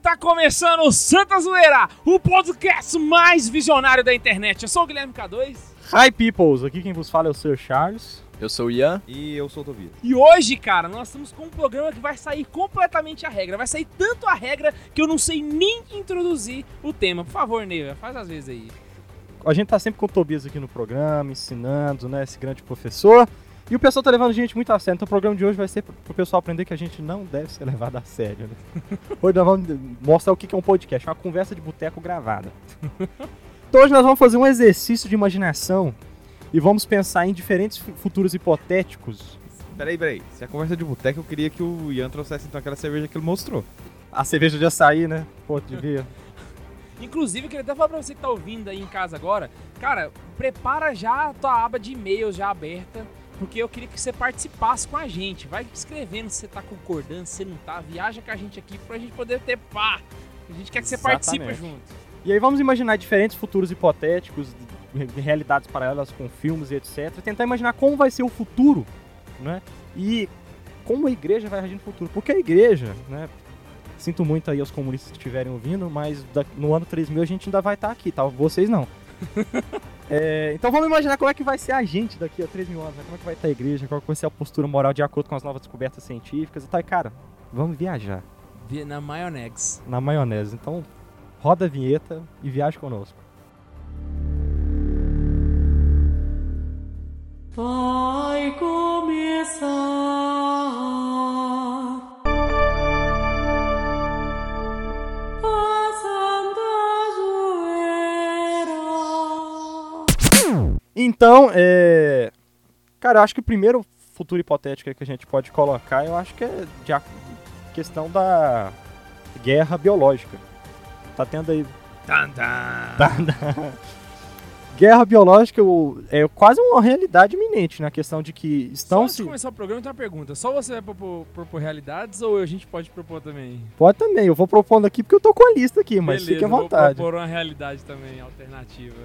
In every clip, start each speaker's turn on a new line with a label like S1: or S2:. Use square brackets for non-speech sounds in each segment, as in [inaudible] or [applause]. S1: Tá começando o Santa Zoeira, o podcast mais visionário da internet. Eu sou o Guilherme K2
S2: Hi, peoples! Aqui quem vos fala é o Sr. Charles.
S3: Eu sou o Ian.
S4: E eu sou o Tobias.
S1: e hoje, cara, nós estamos com um programa que vai sair completamente a regra. Vai sair tanto a regra que eu não sei nem introduzir o tema. Por favor, Neiva, faz às vezes aí.
S2: A gente tá sempre com o Tobias aqui no programa, ensinando, né, esse grande professor. E o pessoal tá levando a gente muito a sério, então o programa de hoje vai ser pro pro pessoal aprender que a gente não deve ser [laughs] levado a sério, né?
S4: [laughs]
S2: Hoje nós vamos mostrar o que que é um podcast, uma conversa de boteco gravada. Então hoje nós vamos fazer um exercício de imaginação e vamos pensar em diferentes fu- futuros hipotéticos.
S4: Peraí, peraí. Se é conversa de boteco, eu queria que o Ian trouxesse então aquela cerveja que ele mostrou.
S2: A cerveja de açaí, né? Pô, devia.
S1: Inclusive, eu queria até falar pra você que tá ouvindo aí em casa agora, cara, prepara já a tua aba de e-mail já aberta, porque eu queria que você participasse com a gente. Vai escrevendo se você tá concordando, se você não tá, viaja com a gente aqui pra gente poder ter pá. A gente quer que você participe
S2: Exatamente.
S1: junto.
S2: E aí vamos imaginar diferentes futuros hipotéticos, re- realidades paralelas com filmes e etc. Tentar imaginar como vai ser o futuro, né? E como a igreja vai agir no futuro. Porque a igreja, né? Sinto muito aí aos comunistas que estiverem ouvindo, mas da- no ano 3000 a gente ainda vai estar aqui, tá? Vocês não. É, então vamos imaginar como é que vai ser a gente daqui a 3 mil anos, né? como é que vai estar a igreja, qual que vai ser a postura moral de acordo com as novas descobertas científicas e tal. E, cara, vamos viajar
S1: Vi- Na Maionex.
S2: na maionese. Então roda a vinheta e viaja conosco.
S5: Vai começar a Santa Joera.
S2: Então, é. Cara, eu acho que o primeiro futuro hipotético que a gente pode colocar, eu acho que é de a questão da guerra biológica. Tá tendo aí. Tá, tá. guerra biológica eu- é quase uma realidade iminente, né? A questão de que
S1: Só
S2: estão
S1: antes
S2: se.
S1: de começar o programa, tem uma pergunta. Só você vai propor, propor realidades ou a gente pode propor também?
S2: Pode também, eu vou propondo aqui porque eu tô com a lista aqui, mas
S1: Beleza,
S2: fique à
S1: vou
S2: vontade.
S1: propor uma realidade também, alternativa.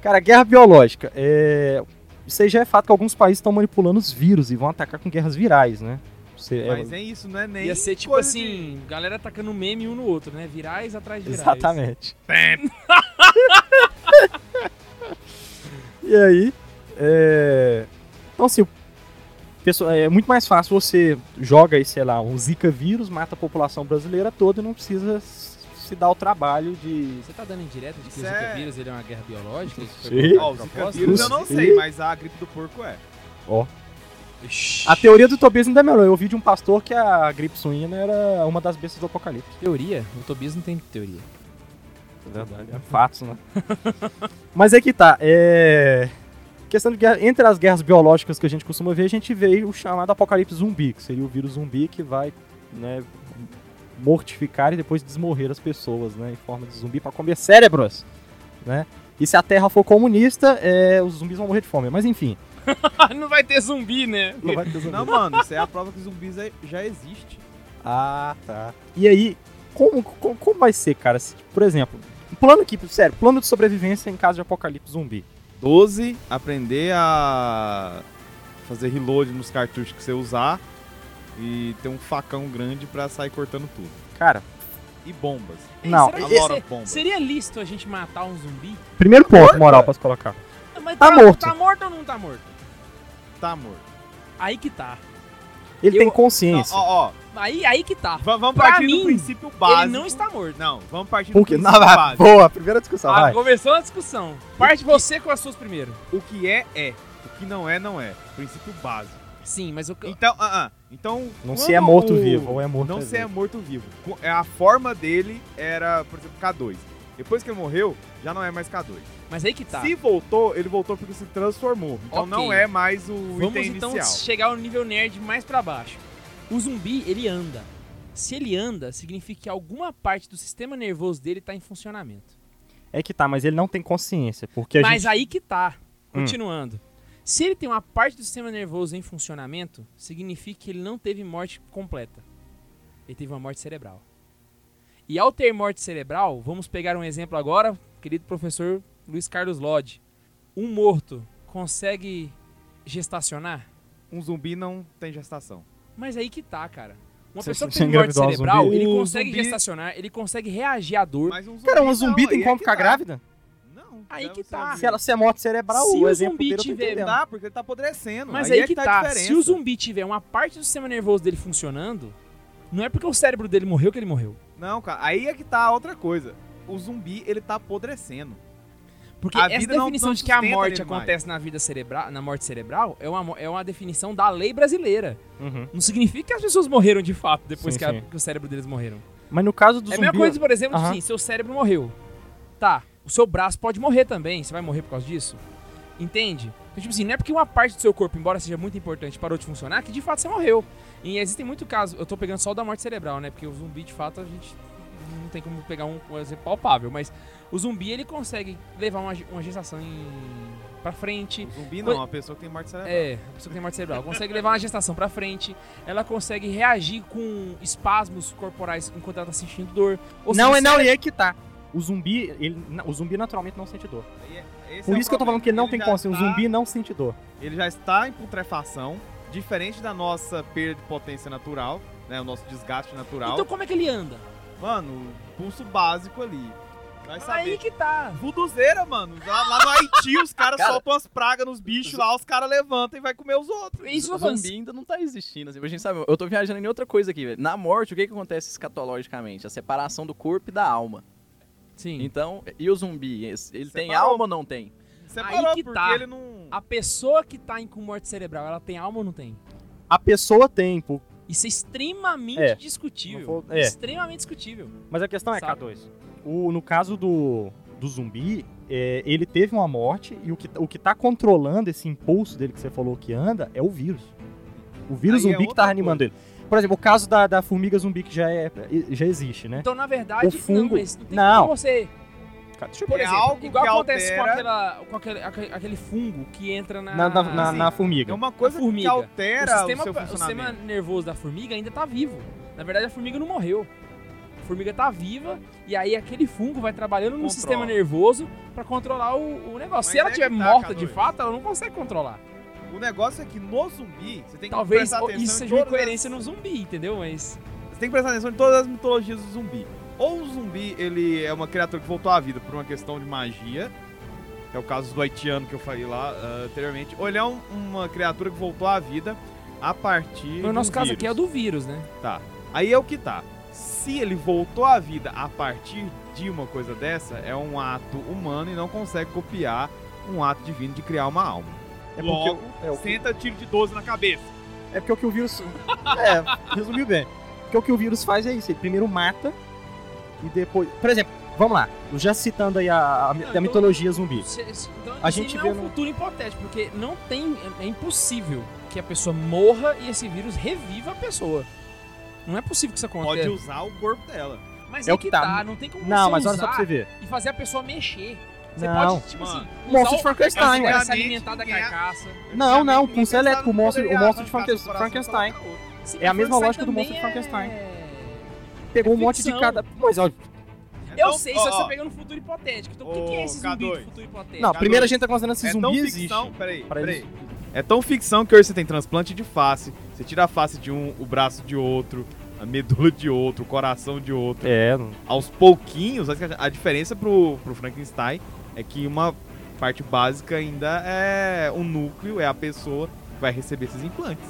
S2: Cara, guerra biológica. É... Isso aí já é fato que alguns países estão manipulando os vírus e vão atacar com guerras virais, né? Você- é-
S4: Mas nem isso, não é nem.
S1: Ia ser tipo
S4: coisa
S1: assim, galera atacando meme um no outro, né? Virais atrás de virais.
S2: Exatamente. [laughs] e aí, é... Então, assim, pessoa- é muito mais fácil você joga aí, sei lá, um zika vírus, mata a população brasileira toda e não precisa s- se dar o trabalho de...
S1: Você tá dando indireta de que
S4: Isso
S1: o
S4: é-
S1: Zika vírus ele é uma guerra biológica? Isso foi
S2: Sim.
S4: de-
S1: colocado de
S4: Ó, o Zika
S1: propósito?
S4: vírus eu não sei,
S2: Sim.
S4: mas a gripe do porco é.
S1: Ixi,
S2: A teoria do Tobias ainda é melhor. Eu ouvi de um pastor que a gripe suína era uma das bestas do apocalipse.
S1: teoria? O Tobias não tem
S4: [laughs]
S1: teoria.
S2: Verdade, é fatos, né? [laughs] Mas é que tá, é... Questão de guerra, entre as guerras biológicas que a gente costuma ver, a gente vê o chamado apocalipse zumbi, que seria o vírus zumbi que vai, né, mortificar e depois desmorrer as pessoas, né, em forma de zumbi pra comer cérebros, né? E se a Terra for comunista, é, os zumbis vão morrer de fome. Mas enfim,
S4: Ah,
S1: não vai ter zumbi, né?
S2: não vai ter zumbi.
S4: Não, mano, isso é a prova que zumbis é- já existe.
S2: Ah, tá. E aí, como, como, como vai ser, cara? Se, por exemplo, um plano aqui, sério, plano de sobrevivência em caso de apocalipse zumbi.
S4: 12, aprender a fazer reload nos cartuchos que você usar. E ter um facão grande pra sair cortando tudo.
S2: Cara,
S4: E bombas.
S1: Ei,
S2: Não,
S1: será que
S4: A lot
S1: esse-
S4: of bombas.
S1: Seria lícito a gente matar um zumbi?
S2: primeiro ponto moral pra se colocar.
S1: Ah, Mas
S2: Tá morto.
S1: Tá morto ou não tá morto?
S4: Tá, amor.
S1: Aí que tá.
S2: Ele
S1: Eu-
S2: tem
S4: Não,
S2: consciência.
S4: ó, ó.
S1: Aí, aí que tá.
S4: va- Vamos
S1: Pra
S4: partir
S1: mim,
S4: do princípio básico.
S1: Ele não está morto.
S4: Não, vamos partir do
S2: Porque
S4: princípio
S2: não, vai-
S4: básico.
S2: boa, primeira discussão,
S1: Ah,
S2: Tá, vai.
S1: começou a discussão. Parte você com as suas primeiro.
S4: O que é, é. O que não é, não é. Princípio básico.
S1: Sim, mas o que.
S4: Então, ah, ah, então.
S2: Não
S4: quando
S2: se é morto-vivo, ou é morto
S4: Não se é
S2: vivo.
S4: morto-vivo. Co- é A forma dele era, por exemplo, K2. Depois que ele morreu, já não é mais K2.
S1: Mas aí que tá.
S4: Se voltou, ele voltou porque se transformou. Então
S1: Ok.
S4: não é mais o
S1: Vamos
S4: item
S1: então
S4: inicial.
S1: chegar ao nível nerd mais pra baixo. O zumbi, ele anda. Se ele anda, significa que alguma parte do sistema nervoso dele tá em funcionamento.
S2: É que tá, mas ele não tem consciência, porque a
S1: Mas
S2: gente...
S1: aí que tá.
S2: Hum.
S1: Continuando. Se ele tem uma parte do sistema nervoso em funcionamento, significa que ele não teve morte completa. Ele teve uma morte cerebral. E ao ter morte cerebral, vamos pegar um exemplo agora, querido professor Luiz Carlos Lodge. Um morto consegue gestacionar?
S4: Um zumbi não tem gestação.
S1: Mas aí que tá, cara. Uma
S2: Você
S1: pessoa que
S2: se
S1: tem morte
S2: engravidou um
S1: cerebral,
S2: zumbi?
S1: ele
S4: O
S1: consegue
S4: zumbi-
S1: gestacionar, ele consegue reagir à dor.
S4: Mas um zumbi
S2: Cara, uma
S4: não,
S2: zumbi
S4: aí
S2: tem
S4: é
S2: como
S4: que
S2: ficar
S4: tá.
S2: grávida?
S4: Não.
S1: Aí
S4: deve
S1: que
S4: ser
S1: tá.
S4: um
S2: Se ela se é morte cerebral,
S1: Se
S2: o
S1: o
S2: exemplo
S1: zumbi
S2: dele eu tô
S1: tiver-
S4: Não
S2: entendendo.
S4: dá, porque ele tá apodrecendo.
S1: Mas
S4: aí
S1: aí,
S4: é
S1: que
S4: tá a
S1: tá,
S4: diferença.
S1: se o zumbi tiver uma parte do sistema nervoso dele funcionando, não é porque o cérebro dele morreu que ele morreu.
S4: Não, cara, aí é que tá outra coisa. O zumbi, ele tá apodrecendo.
S1: Porque
S4: A
S1: essa
S4: vida não-
S1: definição
S4: não
S1: de que a
S4: sustenta
S1: morte
S4: animais.
S1: acontece na vida cerebral, na morte cerebral, é uma, mo- é uma definição da lei brasileira.
S2: Uhum.
S1: Não significa que as pessoas morreram de fato depois
S2: Sim,
S1: que, a-
S2: sim.
S1: que o cérebro deles morreram.
S2: Mas no caso do
S1: É a
S2: zumbi...
S1: mesma coisa, por exemplo,
S2: Aham.
S1: assim, seu cérebro morreu. Tá, o seu braço pode morrer também. Você vai morrer por causa disso? Entende? Então, tipo assim, não é porque uma parte do seu corpo, embora seja muito importante, parou de funcionar, que de fato você morreu. E existem muitos casos, eu tô pegando só o da morte cerebral, né? Porque o zumbi, de fato, a gente não tem como pegar um, um exemplo palpável. Mas o zumbi, ele consegue levar uma, ge- uma gestação em... pra frente.
S4: O zumbi
S1: Coi-
S4: não, a pessoa que tem morte cerebral.
S1: É, a pessoa que tem morte cerebral consegue levar uma gestação pra frente, ela consegue reagir com espasmos corporais enquanto ela tá sentindo dor. Ou
S2: Não,
S1: seja,
S2: é não, e aí que tá. O zumbi, ele, o zumbi naturalmente não sente dor.
S4: Aí é- esse
S2: Por
S4: é o
S2: isso que eu tô
S4: problema.
S2: falando que ele não tem
S4: já
S2: consciência.
S4: tá-
S2: O zumbi não sente dor.
S4: Ele já está em putrefação, diferente da nossa perda de potência natural, né? O nosso desgaste natural.
S1: Então como é que ele anda?
S4: Mano, pulso básico ali. Vai saber.
S1: Aí que tá.
S4: Vuduzeira, mano. Lá, lá no Haiti, os caras
S3: Cara,
S4: soltam as pragas nos bichos lá, os caras levantam e vai comer os outros.
S1: É Isso que eu tô falando.
S3: zumbi ainda não tá existindo. Assim. A gente sabe, eu tô viajando em outra coisa aqui, velho. Na morte, o que, que acontece escatologicamente? A separação do corpo e da alma.
S1: Sim.
S3: Então, e o zumbi? Esse- Ele tem
S4: Separou.
S3: alma ou não tem?
S4: Separou,
S1: que
S4: porque
S1: tá.
S4: ele não.
S1: A pessoa que tá em com morte cerebral, ela tem alma ou não tem?
S2: A pessoa tem, pô.
S1: Isso é extremamente
S2: É.
S1: discutível.
S2: Não vou- é.
S1: Extremamente discutível.
S2: Mas a questão é,
S1: Sabe?
S2: K2, o, no caso do, do zumbi, é, ele teve uma morte e o que, o que tá controlando esse impulso dele que você falou que anda é o vírus. O vírus
S4: Aí é
S2: zumbi que
S4: outra
S2: tá reanimando ele. Por exemplo, o caso da, da formiga zumbi que já, é, já existe, né?
S1: Então, na verdade,
S2: O fungo-
S1: não, esse não tem
S2: não.
S1: como você.
S2: Cara, deixa eu-
S1: Por
S4: É
S1: exemplo,
S4: algo
S1: igual
S4: que
S1: acontece com,
S4: altera-
S1: aquela, com aquele, aque- aquele fungo que entra na,
S2: Na, na, na- na
S4: É
S2: formiga.
S1: Então,
S4: uma coisa que
S1: formiga.
S4: altera
S1: o
S4: o,
S1: sistema,
S4: seu
S1: o sistema
S4: funcionamento.
S1: nervoso da formiga ainda tá vivo. Na verdade, a formiga não morreu. A formiga tá viva e aí aquele fungo vai trabalhando no
S4: Controla.
S1: sistema nervoso pra controlar o, o negócio. Se
S4: Mas
S1: ela
S4: é
S1: tiver
S4: que tá,
S1: morta de
S4: K2.
S1: fato, ela não consegue controlar.
S4: O negócio é que no zumbi, você tem que
S1: Talvez
S4: prestar
S1: o-
S4: atenção.
S1: isso
S4: em
S1: seja uma
S4: todas as-
S1: incoerência no zumbi, entendeu? Mas
S4: Você tem que prestar atenção em todas as mitologias do zumbi. Ou o zumbi, ele é uma criatura que voltou à vida por uma questão de magia, que é o caso do haitiano que eu falei lá ah, anteriormente. Ou ele é um- uma criatura que voltou à vida a partir.
S1: no
S4: de
S1: nosso
S4: um
S1: caso
S4: vírus.
S1: aqui é o do vírus, né?
S4: Tá. Aí é o que tá. Se ele voltou à vida a partir de uma coisa dessa, é um ato humano e não consegue copiar um ato divino de criar uma alma.
S2: É porque,
S4: Logo,
S2: o- é, o,
S4: Senta tiro de 12 na cabeça.
S2: é porque o que o vírus. É, resumiu bem. Porque o que o vírus faz é isso: ele primeiro mata e depois. Por exemplo, vamos lá. Já citando aí a, a, mi- da
S1: então-
S2: mitologia zumbi.
S1: Se- se- Então,
S2: A
S1: isso
S2: gente
S1: não é um
S2: vê no-
S1: futuro hipotético, porque não tem. É impossível que a pessoa morra e esse vírus reviva a pessoa. Não é possível que isso
S4: Pode
S1: aconteça.
S4: usar o corpo dela.
S1: Mas
S2: É
S1: é
S2: o
S1: que
S2: que tá.
S1: tá, não tem como
S2: Não,
S1: você
S2: mas olha só
S1: usar
S2: pra você ver.
S1: e fazer a pessoa mexer. Você
S2: Não.
S1: pode, tipo
S4: Mano,
S1: assim, usar
S2: Monstro de
S1: o-
S2: Frankenstein, né?
S1: ela
S2: ué.
S1: se alimentar da
S4: Ninguém-
S1: carcaça.
S2: Não, não,
S4: Ninguém
S2: pulso elétrico, o
S4: sabe
S2: monstro-
S4: poderia
S2: o monstro de
S4: arrancar do
S2: Frankenstein-
S4: coração e
S2: Frankenstein.
S4: colocar outro.
S1: Sim,
S2: É a mesma
S1: Frankenstein
S2: lógica do monstro de
S1: também
S2: Frankenstein.
S1: é-
S2: Pegou
S1: É
S2: um monte de
S1: ficção.
S2: cada. Mas olha.
S1: Eu
S4: É tão-
S1: sei,
S4: ó,
S1: só que você
S4: ó,
S1: pegando um futuro hipotético. Então, o que, que é esse
S4: Ô,
S1: zumbi
S4: K2.
S1: de futuro hipotético?
S2: Não,
S4: K2.
S2: primeiro a gente tá considerando se
S4: É tão
S2: zumbi existe.
S4: ficção, peraí,
S2: Pra
S4: peraí.
S2: eles-
S4: É tão ficção que hoje você tem transplante de face, você tira a face de um, o braço de outro, a medula de outro, o coração de outro.
S2: É,
S4: Aos pouquinhos, acho que a a diferença pro, pro Frankenstein é que uma parte básica ainda é o núcleo, é a pessoa que vai receber esses implantes.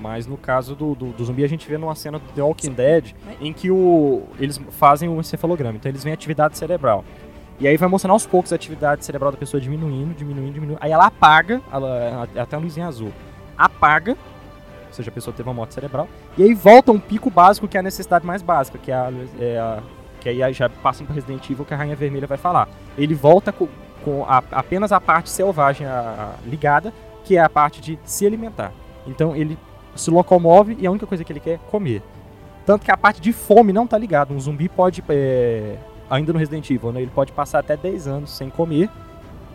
S2: mas no caso do, do, do zumbi a gente vê numa cena do The Walking Dead em que o, eles fazem um encefalograma, então eles veem atividade cerebral. E aí vai mostrando aos poucos a atividade cerebral da pessoa diminuindo, diminuindo, diminuindo. Aí ela apaga, ela, é até a luzinha azul, apaga, ou seja, a pessoa teve uma morte cerebral, e aí volta um pico básico que é a necessidade mais básica, que é a, é a- que aí já passa para Resident Evil que a Rainha Vermelha vai falar. Ele volta com, com a- apenas a parte selvagem a- a- ligada, que é a parte de se alimentar. Então ele se locomove e a única coisa que ele quer é comer. Tanto que a parte de fome não tá ligada. Um zumbi pode, é, ainda no Resident Evil, né, ele pode passar até 10 anos sem comer.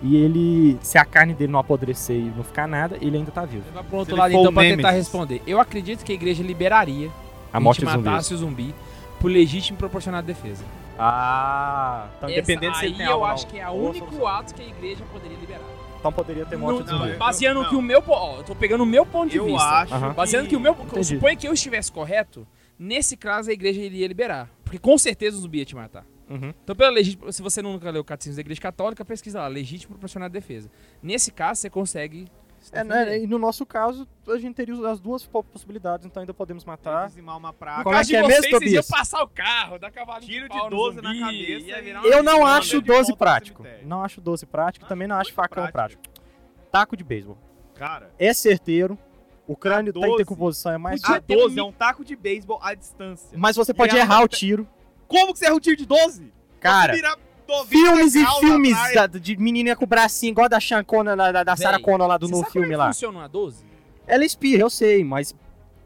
S2: E ele, se a carne dele não apodrecer e não ficar nada, ele ainda tá vivo.
S1: Vai pro
S4: Se
S1: outro
S4: ele
S1: lado
S4: for
S1: então pra
S4: Nemesis.
S1: tentar responder. Eu acredito que a igreja liberaria
S2: A morte
S1: gente
S2: dos zumbis.
S1: matasse o zumbi por legítimo e proporcionada defesa.
S2: Ah, então
S1: Essa
S2: independente se
S1: aí
S2: ele tem
S1: eu
S2: alma ou
S1: acho
S2: não.
S1: que é o
S2: Boa
S1: único
S2: solução.
S1: ato que a igreja poderia liberar.
S2: Então poderia ter morte
S1: No-
S2: dos
S4: não,
S2: zumbis.
S4: eu-
S1: baseando
S4: não.
S1: que o meu... po- Ó, eu tô pegando o meu ponto de
S4: Eu
S1: vista.
S4: acho.
S2: Aham.
S1: Baseando que o meu...
S2: Entendi.
S1: Suponha que eu estivesse correto, Nesse caso, a igreja iria liberar. Porque com certeza o zumbi ia te matar.
S2: Uhum.
S1: Então, pela legítima- se você nunca leu o Catecismo da Igreja Católica, pesquisa lá, legítimo proporcional de defesa. Nesse caso, você consegue. se
S2: É,
S1: defender.
S2: né, e no nosso caso, a gente teria as duas po- possibilidades, então ainda podemos matar.
S4: Tá. Dizimar uma
S1: No
S4: praga.
S2: Como é
S1: caso
S2: que é
S1: de vocês,
S2: mesmo,
S1: vocês iam
S2: Tobias?
S1: passar o carro, dar cavalinho
S4: Tiro
S1: de,
S4: de
S1: pau no
S4: 12 na
S1: zumbi,
S4: cabeça
S1: ia
S4: e-
S1: virar uma
S2: Eu
S4: de
S2: não
S4: volta
S2: acho
S4: de
S2: 12
S4: volta pro
S2: prático.
S4: cemitério.
S2: Não acho 12 prático,
S4: Não,
S2: também não
S4: muito
S2: acho facão
S4: prático.
S2: prático. Taco de beisebol.
S4: Cara,
S2: É certeiro. O crânio
S4: A
S2: tem
S4: 12.
S2: decomposição, é mais.
S4: a
S1: Podia ter um
S4: 12 é
S1: mi-
S4: um taco de beisebol à distância.
S2: Mas você pode
S4: E a-
S2: errar o tiro.
S4: Como que você erra um tiro de 12?
S2: Cara,
S4: Você virar 90
S2: filmes e
S4: graus na
S2: filmes
S4: praia.
S2: da- de menina com o bracinho igual a da Shankona, da, da, da
S1: Véi,
S2: Sarah Connor lá do
S1: Você
S2: novo
S1: sabe como
S2: filme
S1: é que
S2: lá.
S1: Funciona uma 12?
S2: Ela espirra, eu sei, mas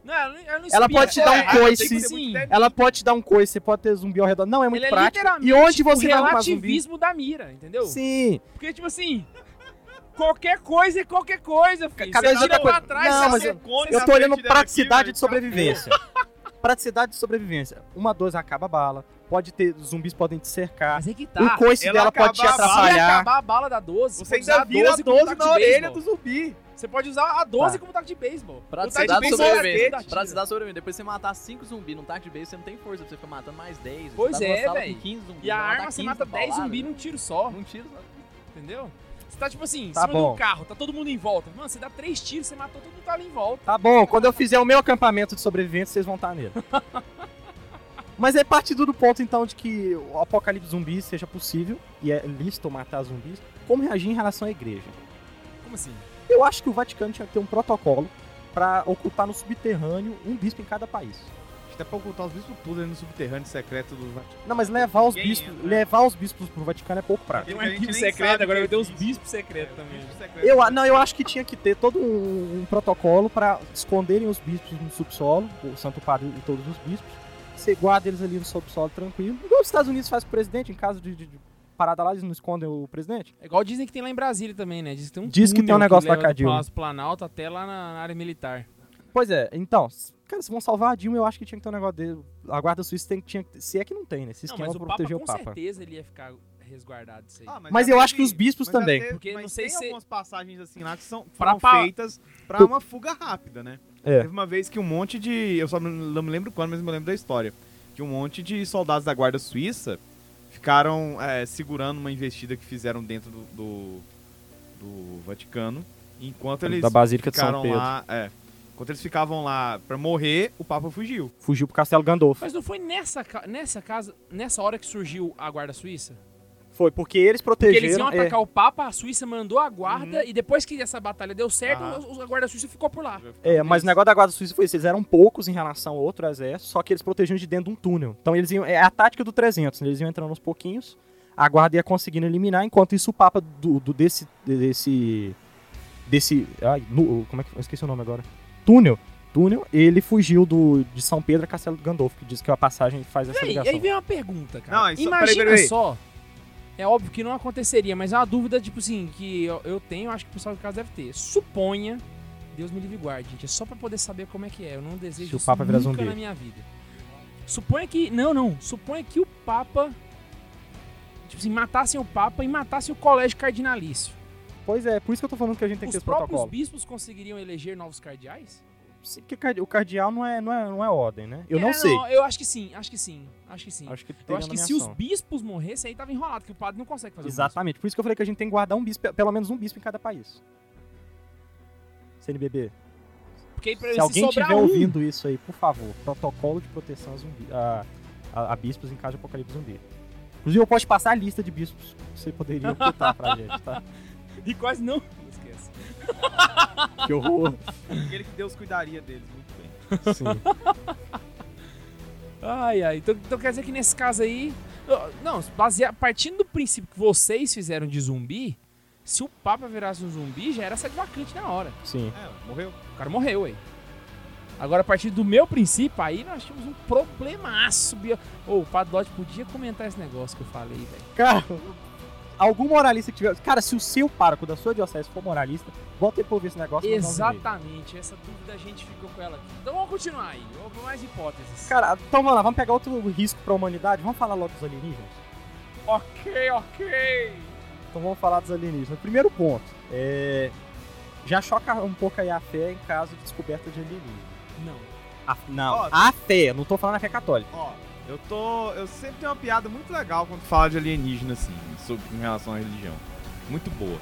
S1: Não, ela não- ela não
S2: Ela
S1: espia,
S2: pode te
S1: é-
S2: dar um
S1: é-
S2: coice.
S1: tem que ser muito técnico.
S2: ela pode te dar um coice, você pode ter zumbi ao redor. Não, é muito
S1: Ele é
S2: prático.
S1: literalmente
S2: E onde
S1: o
S2: você vai arrumar zumbi?
S1: relativismo da mira, entendeu?
S2: Sim.
S1: Porque, tipo assim, qualquer coisa é qualquer coisa, filho.
S2: Cada
S1: Você
S2: dia
S1: tira
S2: é coisa.
S1: pra trás,
S2: Não,
S1: você
S2: mas
S1: acerta-
S4: Cone
S2: Eu
S4: na
S2: tô olhando
S4: frente dela
S2: praticidade
S4: aqui,
S2: de
S4: velho.
S2: sobrevivência. praticidade de sobrevivência. Uma, dois, acaba a bala. Pode ter, zumbis podem te cercar.
S1: Mas é que tá.
S2: O coice
S4: Ela
S2: dela pode te
S4: acaba a bala
S1: Se
S2: atrapalhar.
S1: acabar a bala da 12,
S4: Você
S1: pode usar
S4: ainda vira 12,
S1: como taco
S4: na
S1: de
S4: orelha
S1: beisebol.
S4: do zumbi.
S1: Você pode usar a 12
S2: Tá.
S1: como taco tá de beisebol.
S3: Praticidade
S4: de
S3: de
S4: beisebol
S3: sobrevivência.
S4: é
S3: Praticidade de sobrevivência. Depois você matar 5 zumbis num taco de beijo, você não tem força pra você ficar matando mais 10.
S1: Pois
S3: você tá numa
S1: é,
S3: sala com
S1: velho.
S3: 15 zumbis,
S1: E a
S3: vai matar
S2: tá
S1: arma, você
S3: 15
S1: mata 10
S3: paulada,
S1: zumbis num tiro só,
S3: Num tiro só.
S1: entendeu? Você tá tipo assim, em
S2: Tá
S1: cima de um
S2: bom.
S1: carro, tá todo mundo em volta. Mano, você dá 3 tiros, você matou todo mundo que tá ali em volta.
S2: Tá bom, quando eu fizer o meu acampamento de sobreviventes, vocês vão estar
S4: [laughs]
S2: nele. Mas é partido do ponto, então, de que o apocalipse zumbi seja possível, e é lícito matar zumbis, como reagir em relação à igreja?
S1: Como assim?
S2: Eu acho que o Vaticano tinha que ter um protocolo pra ocultar no subterrâneo um bispo em cada país.
S4: Até pra ocultar os bispos tudo ali no subterrâneo secreto do Vaticano.
S2: Não, mas levar os
S4: Ninguém
S2: bispos,
S4: entra.
S2: levar os bispos pro Vaticano é pouco prático.
S4: Tem um arquivo secreto, agora vai ter os bispos
S1: secretos
S2: Eu, a- não, eu acho que tinha que ter todo um, um protocolo pra esconderem os bispos no subsolo, o Santo Padre e todos os bispos. Você guarda eles ali no subsolo tranquilo. Igual os Estados Unidos faz com o presidente, em caso de, de- de parada lá, eles não escondem o presidente.
S1: É igual dizem que tem lá em Brasília também, né? Diz que tem um
S2: Diz que tem um
S1: túnel
S2: negócio lá
S1: leva
S2: com a
S1: do
S2: Dilma.
S1: Palácio Planalto até lá na, na área militar.
S2: Pois é, então, s- cara, se vão salvar a Dilma, eu acho que tinha que ter um negócio dele. A guarda suíça tem, tinha que. Se é que não tem, né? Esse
S1: Não,
S2: esquema
S1: mas o
S2: pra
S1: Papa
S2: proteger
S1: com
S2: o Papa.
S1: certeza ele ia ficar resguardado isso aí.
S4: Ah,
S2: Mas eu acho que os bispos também.
S1: Porque
S4: Porque
S1: não
S4: é mas
S1: sei
S4: tem
S1: se-
S4: algumas passagens assim lá que são
S1: Pra
S4: foram
S1: pa-
S4: feitas pra
S2: Tu-
S4: uma fuga rápida, né?
S2: É.
S4: Teve uma vez que um monte de. Eu só não me lembro quando, mas me lembro da história. Que um monte de soldados da Guarda Suíça ficaram é, segurando uma investida que fizeram dentro do, do, do Vaticano. Enquanto Então eles
S2: da Basílica de São
S4: ficaram
S2: Pedro.
S4: lá. É, enquanto eles ficavam lá pra morrer, o Papa fugiu.
S2: Fugiu pro Castelo Gandolfo.
S1: Mas não foi nessa, ca- nessa casa, nessa hora que surgiu a guarda suíça?
S2: Foi, porque eles
S1: Porque
S2: protegeram.
S1: eles iam
S2: é,
S1: atacar o Papa, a Suíça mandou a guarda, e depois que essa batalha deu certo,
S4: Ah.
S1: o- o- a guarda suíça ficou por lá.
S2: É, mas o negócio da Guarda Suíça foi isso. Eles eram poucos em relação ao outro exército, só que eles protegiam de dentro de um túnel. Então eles iam. É a tática do 300, né? eles iam entrando aos pouquinhos, a guarda ia conseguindo eliminar, enquanto isso o Papa do, do- desse. desse. desse. Ai, nu- como é que. Eu esqueci o nome agora. Túnel. Túnel, ele fugiu do, de São Pedro a Castelo Gandolfo, que diz que a passagem faz essa
S1: Véi,
S2: ligação.
S1: aí vem uma pergunta, cara.
S4: Não, aí só-
S1: Imagina
S4: peraí, peraí, peraí.
S1: só. É óbvio que não aconteceria, mas é uma dúvida, tipo assim, que eu, eu tenho, acho que o pessoal de casa deve ter. Suponha, Deus me livre e guarde, gente, é só pra poder saber como é que é. Eu não desejo
S2: Se o
S1: isso
S2: Papa virar
S1: nunca
S2: zumbi.
S1: na minha vida. Suponha que. Não, não. Suponha que o Papa. Tipo assim, matassem o Papa e matassem o colégio cardinalício.
S2: Pois é, por isso que eu tô falando que a gente tem
S1: Os
S2: que ter esse
S1: próprios
S2: protocolo.
S1: bispos conseguiriam eleger novos cardeais?
S2: Sim, porque o cardi- o cardeal não é, não é, não é ordem, né? Eu não
S1: É,
S2: sei.
S1: eu acho que sim, acho que sim. Acho que sim.
S2: Acho que tem
S1: Eu acho que se os
S2: nomeação.
S1: bispos morressem, aí tava enrolado, que o padre não consegue fazer o
S2: Exatamente. Por isso que eu falei que a gente tem que guardar um bispo, pelo menos um bispo em cada país. CNBB.
S1: bispo. Porque aí pra
S2: Se
S1: ele se
S2: alguém
S1: sobrar
S2: estiver
S1: um,
S2: ouvindo isso aí, por favor, protocolo de proteção a, zumbi- a- a- a bispos em caso de apocalipse zumbi. Inclusive, eu posso passar a lista de bispos que você poderia ocultar [laughs] pra gente, tá?
S1: e quase não... não esquece.
S2: Que horror.
S4: Aquele que Deus cuidaria deles, muito bem.
S2: Sim.
S1: Ai, ai. Então, então quer dizer que nesse caso aí... ó, Não, baseado, partindo do princípio que vocês fizeram de zumbi, se o Papa virasse um zumbi, já era sede vacante na hora.
S2: Sim.
S4: É, morreu.
S1: O cara morreu, aí. Agora, a partir do meu princípio, aí nós tínhamos um problemaço. Bia. Ô, o Padre Dotti podia comentar esse negócio que eu falei, velho.
S2: Cara, algum moralista que tiver. Cara, se o seu pároco da sua diocese for moralista, bota ele pra ouvir esse negócio. e mandar um e-mail.
S1: Exatamente, essa dúvida a gente ficou com ela aqui. Então vamos continuar aí, vamos mais hipóteses.
S2: Cara, então vamos lá, vamos pegar outro risco pra humanidade. Vamos falar logo dos alienígenas?
S1: ok, ok.
S2: Então vamos falar dos alienígenas. Primeiro ponto, é, já choca um pouco aí a fé em caso de descoberta de alienígena.
S1: Não.
S2: A- não,
S4: Ó,
S2: a fé, eu não tô falando a fé católica.
S4: Ó, eu tô. Eu sempre tenho uma piada muito legal quando fala de alienígena, assim, sobre, em relação à religião. Muito boa.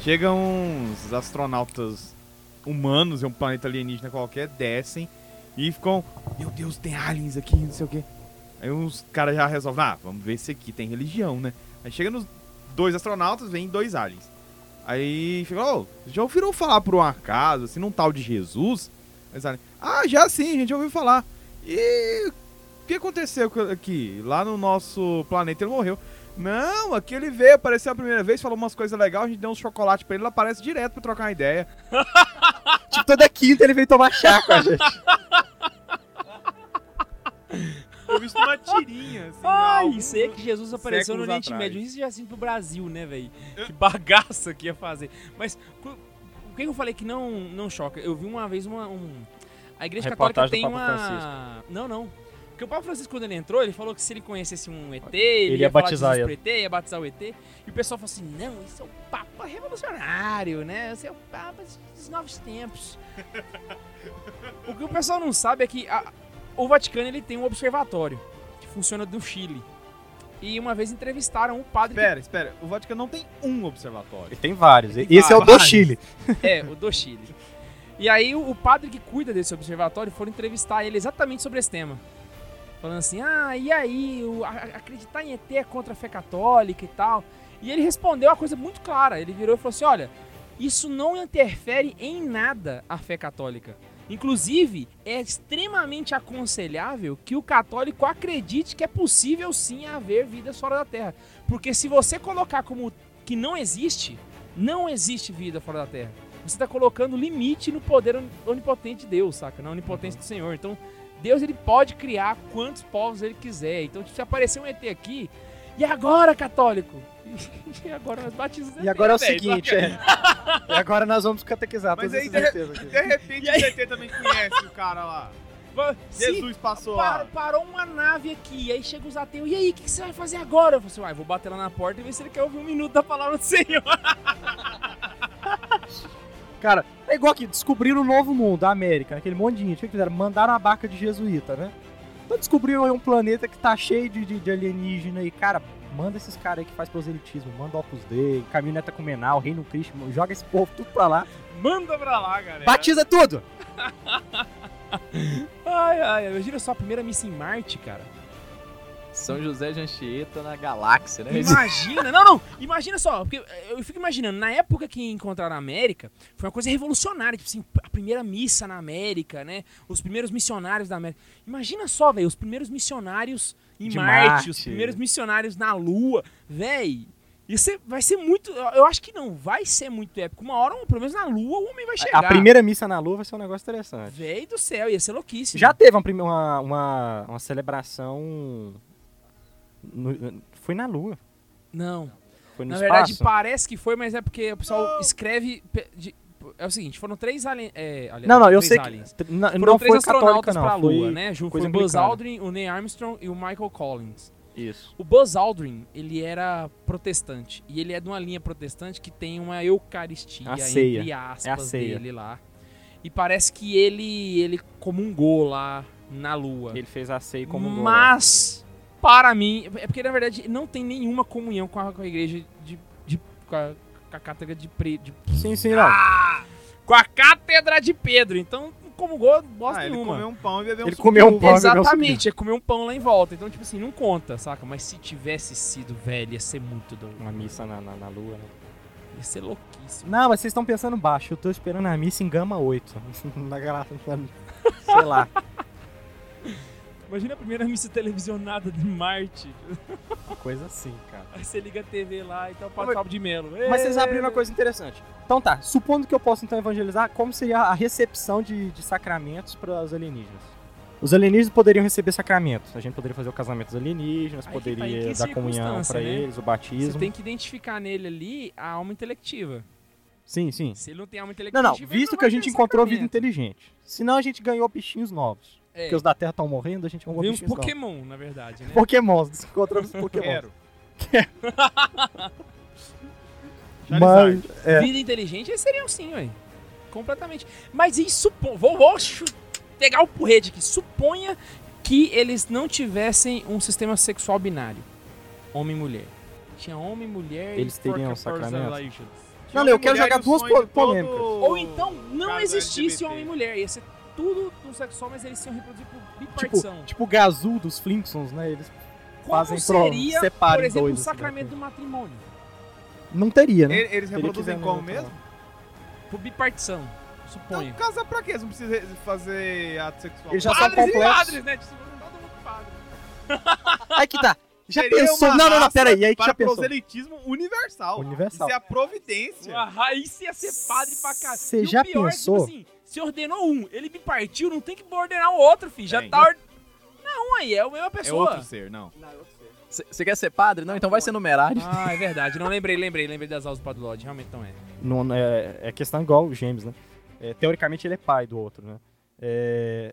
S4: Chegam uns astronautas humanos em um planeta alienígena qualquer, descem e ficam. Meu Deus, tem aliens aqui, não sei o quê. Aí uns caras já resolvem, ah, vamos ver se aqui tem religião, né? Aí chega nos dois astronautas, vem dois aliens. Aí fica, ô, já ouviram falar por um acaso, assim, num tal de Jesus? Aí os aliens, ah, já sim, a gente já ouviu falar. E o que aconteceu co- aqui? Lá no nosso planeta ele morreu. Não, aqui ele veio, apareceu a primeira vez, falou umas coisas legais, a gente deu uns chocolate pra ele, ele aparece direto pra trocar uma ideia.
S2: Tipo, toda quinta ele veio tomar chá com a gente.
S4: Eu vi uma tirinha, assim.
S1: Ai, isso aí é que Jesus apareceu no
S4: séculos
S1: Oriente
S4: atrás.
S1: Médio. Isso já assim pro Brasil, né, velho? Que bagaça que ia fazer. Mas cu- por que eu falei que não, não choca? Eu vi uma vez uma. um- A igreja católica
S2: Reportagem
S1: tem
S2: do Papa
S1: uma.
S2: Francisco.
S1: Não, não. Porque o Papa Francisco, quando ele entrou, ele falou que se ele conhecesse um ET, ele,
S2: Ele ia
S1: falar
S2: batizar
S1: Jesus pro ET, ia batizar o ET. E o pessoal falou assim: não, isso é o Papa revolucionário, né? Esse é o Papa dos novos
S4: [laughs]
S1: tempos. o que o pessoal não sabe é que a- o Vaticano ele tem um observatório que funciona do Chile. E uma vez entrevistaram o padre. que-
S4: Espera, espera, o Vaticano não tem um
S2: [laughs]
S4: observatório.
S2: Ele tem vários.
S1: Tem
S2: Esse é o do
S1: vários.
S2: Chile.
S1: [laughs] É, o do Chile. E aí o, o padre que cuida desse observatório foram entrevistar ele exatamente sobre esse tema. Falando assim, ah, e aí, o- a- a- acreditar em ET é contra a fé católica e tal. E ele respondeu uma coisa muito clara. Ele virou e falou assim, olha, isso não interfere em nada a fé católica. Inclusive, é extremamente aconselhável que o católico acredite que é possível sim haver vida fora da Terra. Porque se você colocar como que não existe, não existe vida fora da Terra. Você está colocando limite no poder on- onipotente de Deus, saca? Na onipotência do Senhor. Então, Deus ele pode criar quantos povos ele quiser. Então, tipo, se aparecer um ET aqui, e agora, católico? [laughs] E agora nós batizamos
S2: E agora é o
S1: ET, véi,
S2: seguinte,
S1: saca?
S2: é. E agora nós vamos catequizar,
S4: Mas
S2: tenho
S4: aí,
S2: certeza.
S4: De repente o ET também conhece o cara lá.
S1: Va- Se
S4: Jesus passou
S1: Par-
S4: lá. Ah,
S1: parou uma nave aqui, aí chega os ateus, e aí, o que, que você vai fazer agora? Eu falei assim, "Uai, vou bater lá na porta e ver se ele quer ouvir um minuto da palavra do [laughs] Senhor.
S2: Cara, é igual que descobriram o novo mundo, a América, né, aquele monte de índio. O que que fizeram? Mandaram a barca de jesuíta, né? Então descobriram aí um planeta que tá cheio de, de, de alienígena e, cara, manda esses caras aí que faz proselitismo, manda Opus Dei, Caminho Netacumenal, Reino Cristo, joga esse povo tudo pra lá,
S1: Manda pra lá, galera.
S2: batiza tudo!
S1: Ai, ai, imagina só a primeira missa em Marte, cara.
S3: São José de Anchieta na galáxia, né?
S1: Imagina, não, não, imagina só, porque eu fico imaginando, na época que encontraram a América, foi uma coisa revolucionária, tipo assim, a primeira missa na América, né? Os primeiros missionários da América. Imagina só, velho, os primeiros missionários em
S2: De
S1: Marte,
S2: Marte.
S1: os primeiros missionários na Lua, velho. Isso é- vai ser muito. eu- Eu acho que não, vai ser muito épico. Uma hora, pelo menos na Lua, o homem vai chegar.
S2: A primeira missa na lua vai ser um negócio interessante.
S1: Véi do céu, ia ser louquíssimo.
S2: Já teve uma, prime- uma, uma, uma celebração... no- foi na lua,
S1: Não.
S2: foi no
S1: Na
S2: espaço.
S1: verdade, parece que foi, mas é porque o pessoal escreve. pe- de- é o seguinte, foram três alien, é, aliás,
S2: não, não, eu
S1: três
S2: sei
S1: aliens.
S2: que... Não,
S1: Foram
S2: não
S1: três
S2: foi católica,
S1: astronautas
S2: não.
S1: pra
S2: foi...
S1: Lua, né? Junto
S2: coisa
S1: foi o Buzz
S2: americana.
S1: Aldrin, o Neil Armstrong e o Michael Collins.
S3: Isso.
S1: O Buzz Aldrin, ele era protestante. E ele é de uma linha protestante que tem uma eucaristia,
S2: A ceia.
S1: entre aspas,
S2: ceia.
S1: dele lá. E parece que ele, ele comungou lá na Lua.
S2: Ele fez a ceia como um né?
S1: Mas, para mim, é porque na verdade não tem nenhuma comunhão com a, com a igreja de. de- com a, com a cátedra de, pre, de-
S2: Sim, sim, não.
S1: Com a cátedra de Pedro. Então, não comungou bosta
S4: Ah, ele
S1: nenhuma.
S4: comeu um pão e bebeu
S2: Ele
S4: um
S2: comeu um
S4: suco.
S2: pão.
S1: Exatamente, é comer um pão lá em volta. Então, tipo assim, não conta, saca? Mas se tivesse sido velho, ia ser muito doido.
S2: Uma missa na, na, na lua, né?
S1: Ia ser louquíssimo.
S2: Não, mas vocês estão pensando baixo. Eu tô esperando a missa em gama 8. [laughs] na garrafa. Sei lá.
S1: Imagina a primeira missa televisionada de Marte.
S2: uma Coisa assim, cara.
S1: Aí você liga a TV lá e tá o
S2: Mas-
S1: Paulo de Melo.
S2: Mas vocês abriram uma coisa interessante. Então tá, supondo que eu posso então evangelizar, como seria a recepção de, de sacramentos para os alienígenas? Os alienígenas poderiam receber sacramentos. A gente poderia fazer o casamento dos
S1: Aí que
S2: alienígenas,
S1: tá, em
S2: poderia
S1: que
S2: dar comunhão
S1: circunstância,
S2: pra
S1: né?
S2: eles, o
S1: Você
S2: batismo.
S1: tem que identificar nele ali a alma intelectiva.
S2: Sim, sim.
S1: Se ele não tem alma
S2: Não,
S1: intelectiva.
S2: não.
S1: ele
S2: Visto
S1: não
S2: que a
S1: vai
S2: gente
S1: ter
S2: encontrou vida
S1: sacramento.
S2: inteligente. Senão a gente ganhou bichinhos novos.
S1: É,
S2: Porque os da Terra estão morrendo, a gente ganhou
S1: Vem uns
S2: bichinhos novos.
S1: Pokémon, na verdade, né?
S2: Pokémons,
S1: [laughs]
S2: encontramos Pokémon. [laughs]
S4: Quero.
S2: Mas, é.
S1: Vida inteligente, eles seriam sim, ué. Completamente. Mas isso, pô, vou, vou chu- pegar o porrete aqui. Suponha que eles não tivessem um sistema sexual binário. Homem e mulher. Tinha homem, mulher
S2: Eles
S1: e
S2: teriam
S1: forca-
S2: um sacramento.
S4: Tinha
S2: Não, eu
S4: uma
S2: quero
S4: mulher
S2: jogar
S4: no
S2: duas
S4: sonho
S2: po-
S4: de
S2: polêmicas.
S4: todo
S1: Ou então não
S4: casal
S1: existisse
S4: LGBT.
S1: homem e mulher. Ia ser tudo no sexual, mas eles iam reproduzir por
S2: Tipo,
S1: bipartição.
S2: tipo o Gazoo dos Flintstones, né? Eles
S1: Como
S2: fazem pro-
S1: seria,
S2: separem
S1: por exemplo,
S2: dois,
S1: o
S2: assim,
S1: sacramento
S2: né?
S1: do matrimônio?
S2: não teria, né?
S4: Eles
S2: Teria que
S4: reproduzem
S2: ver
S4: como
S2: no-
S4: mesmo?
S1: Por bipartição,
S4: Então,
S1: suponha.
S4: casar pra quê? Eles não precisam fazer ato sexual.
S2: Eles já são complexos.
S1: Então, padres, né? Todo mundo padre.
S2: Aí que tá. Já
S4: Seria
S2: pensou?
S4: uma
S2: Não, não, não,
S4: raça
S2: pera aí. Aí que
S4: para
S2: já pensou.
S4: proselitismo universal.
S2: Universal.
S4: Isso é a providência.
S1: Ué, Ah, Aí você ia ser padre pra cá.
S2: Cê
S1: E o
S2: já
S1: pior é que,
S2: pensou?
S1: Tipo assim, você ordenou um, ele me partiu, não tem que ordenar o outro, filho. Já
S4: Tem.
S1: tá. Or... Não, aí é a mesma
S4: é
S1: pessoa.
S4: outro ser, não.
S3: Você quer ser padre? Não, então vai ser
S1: [laughs]
S3: numerário.
S1: Ah, é verdade. Não lembrei, lembrei, lembrei das aulas do Padre Lodge. Realmente não é.
S2: Não, é, é questão igual o Gêmeos, né? É, teoricamente ele é pai do outro, né? É,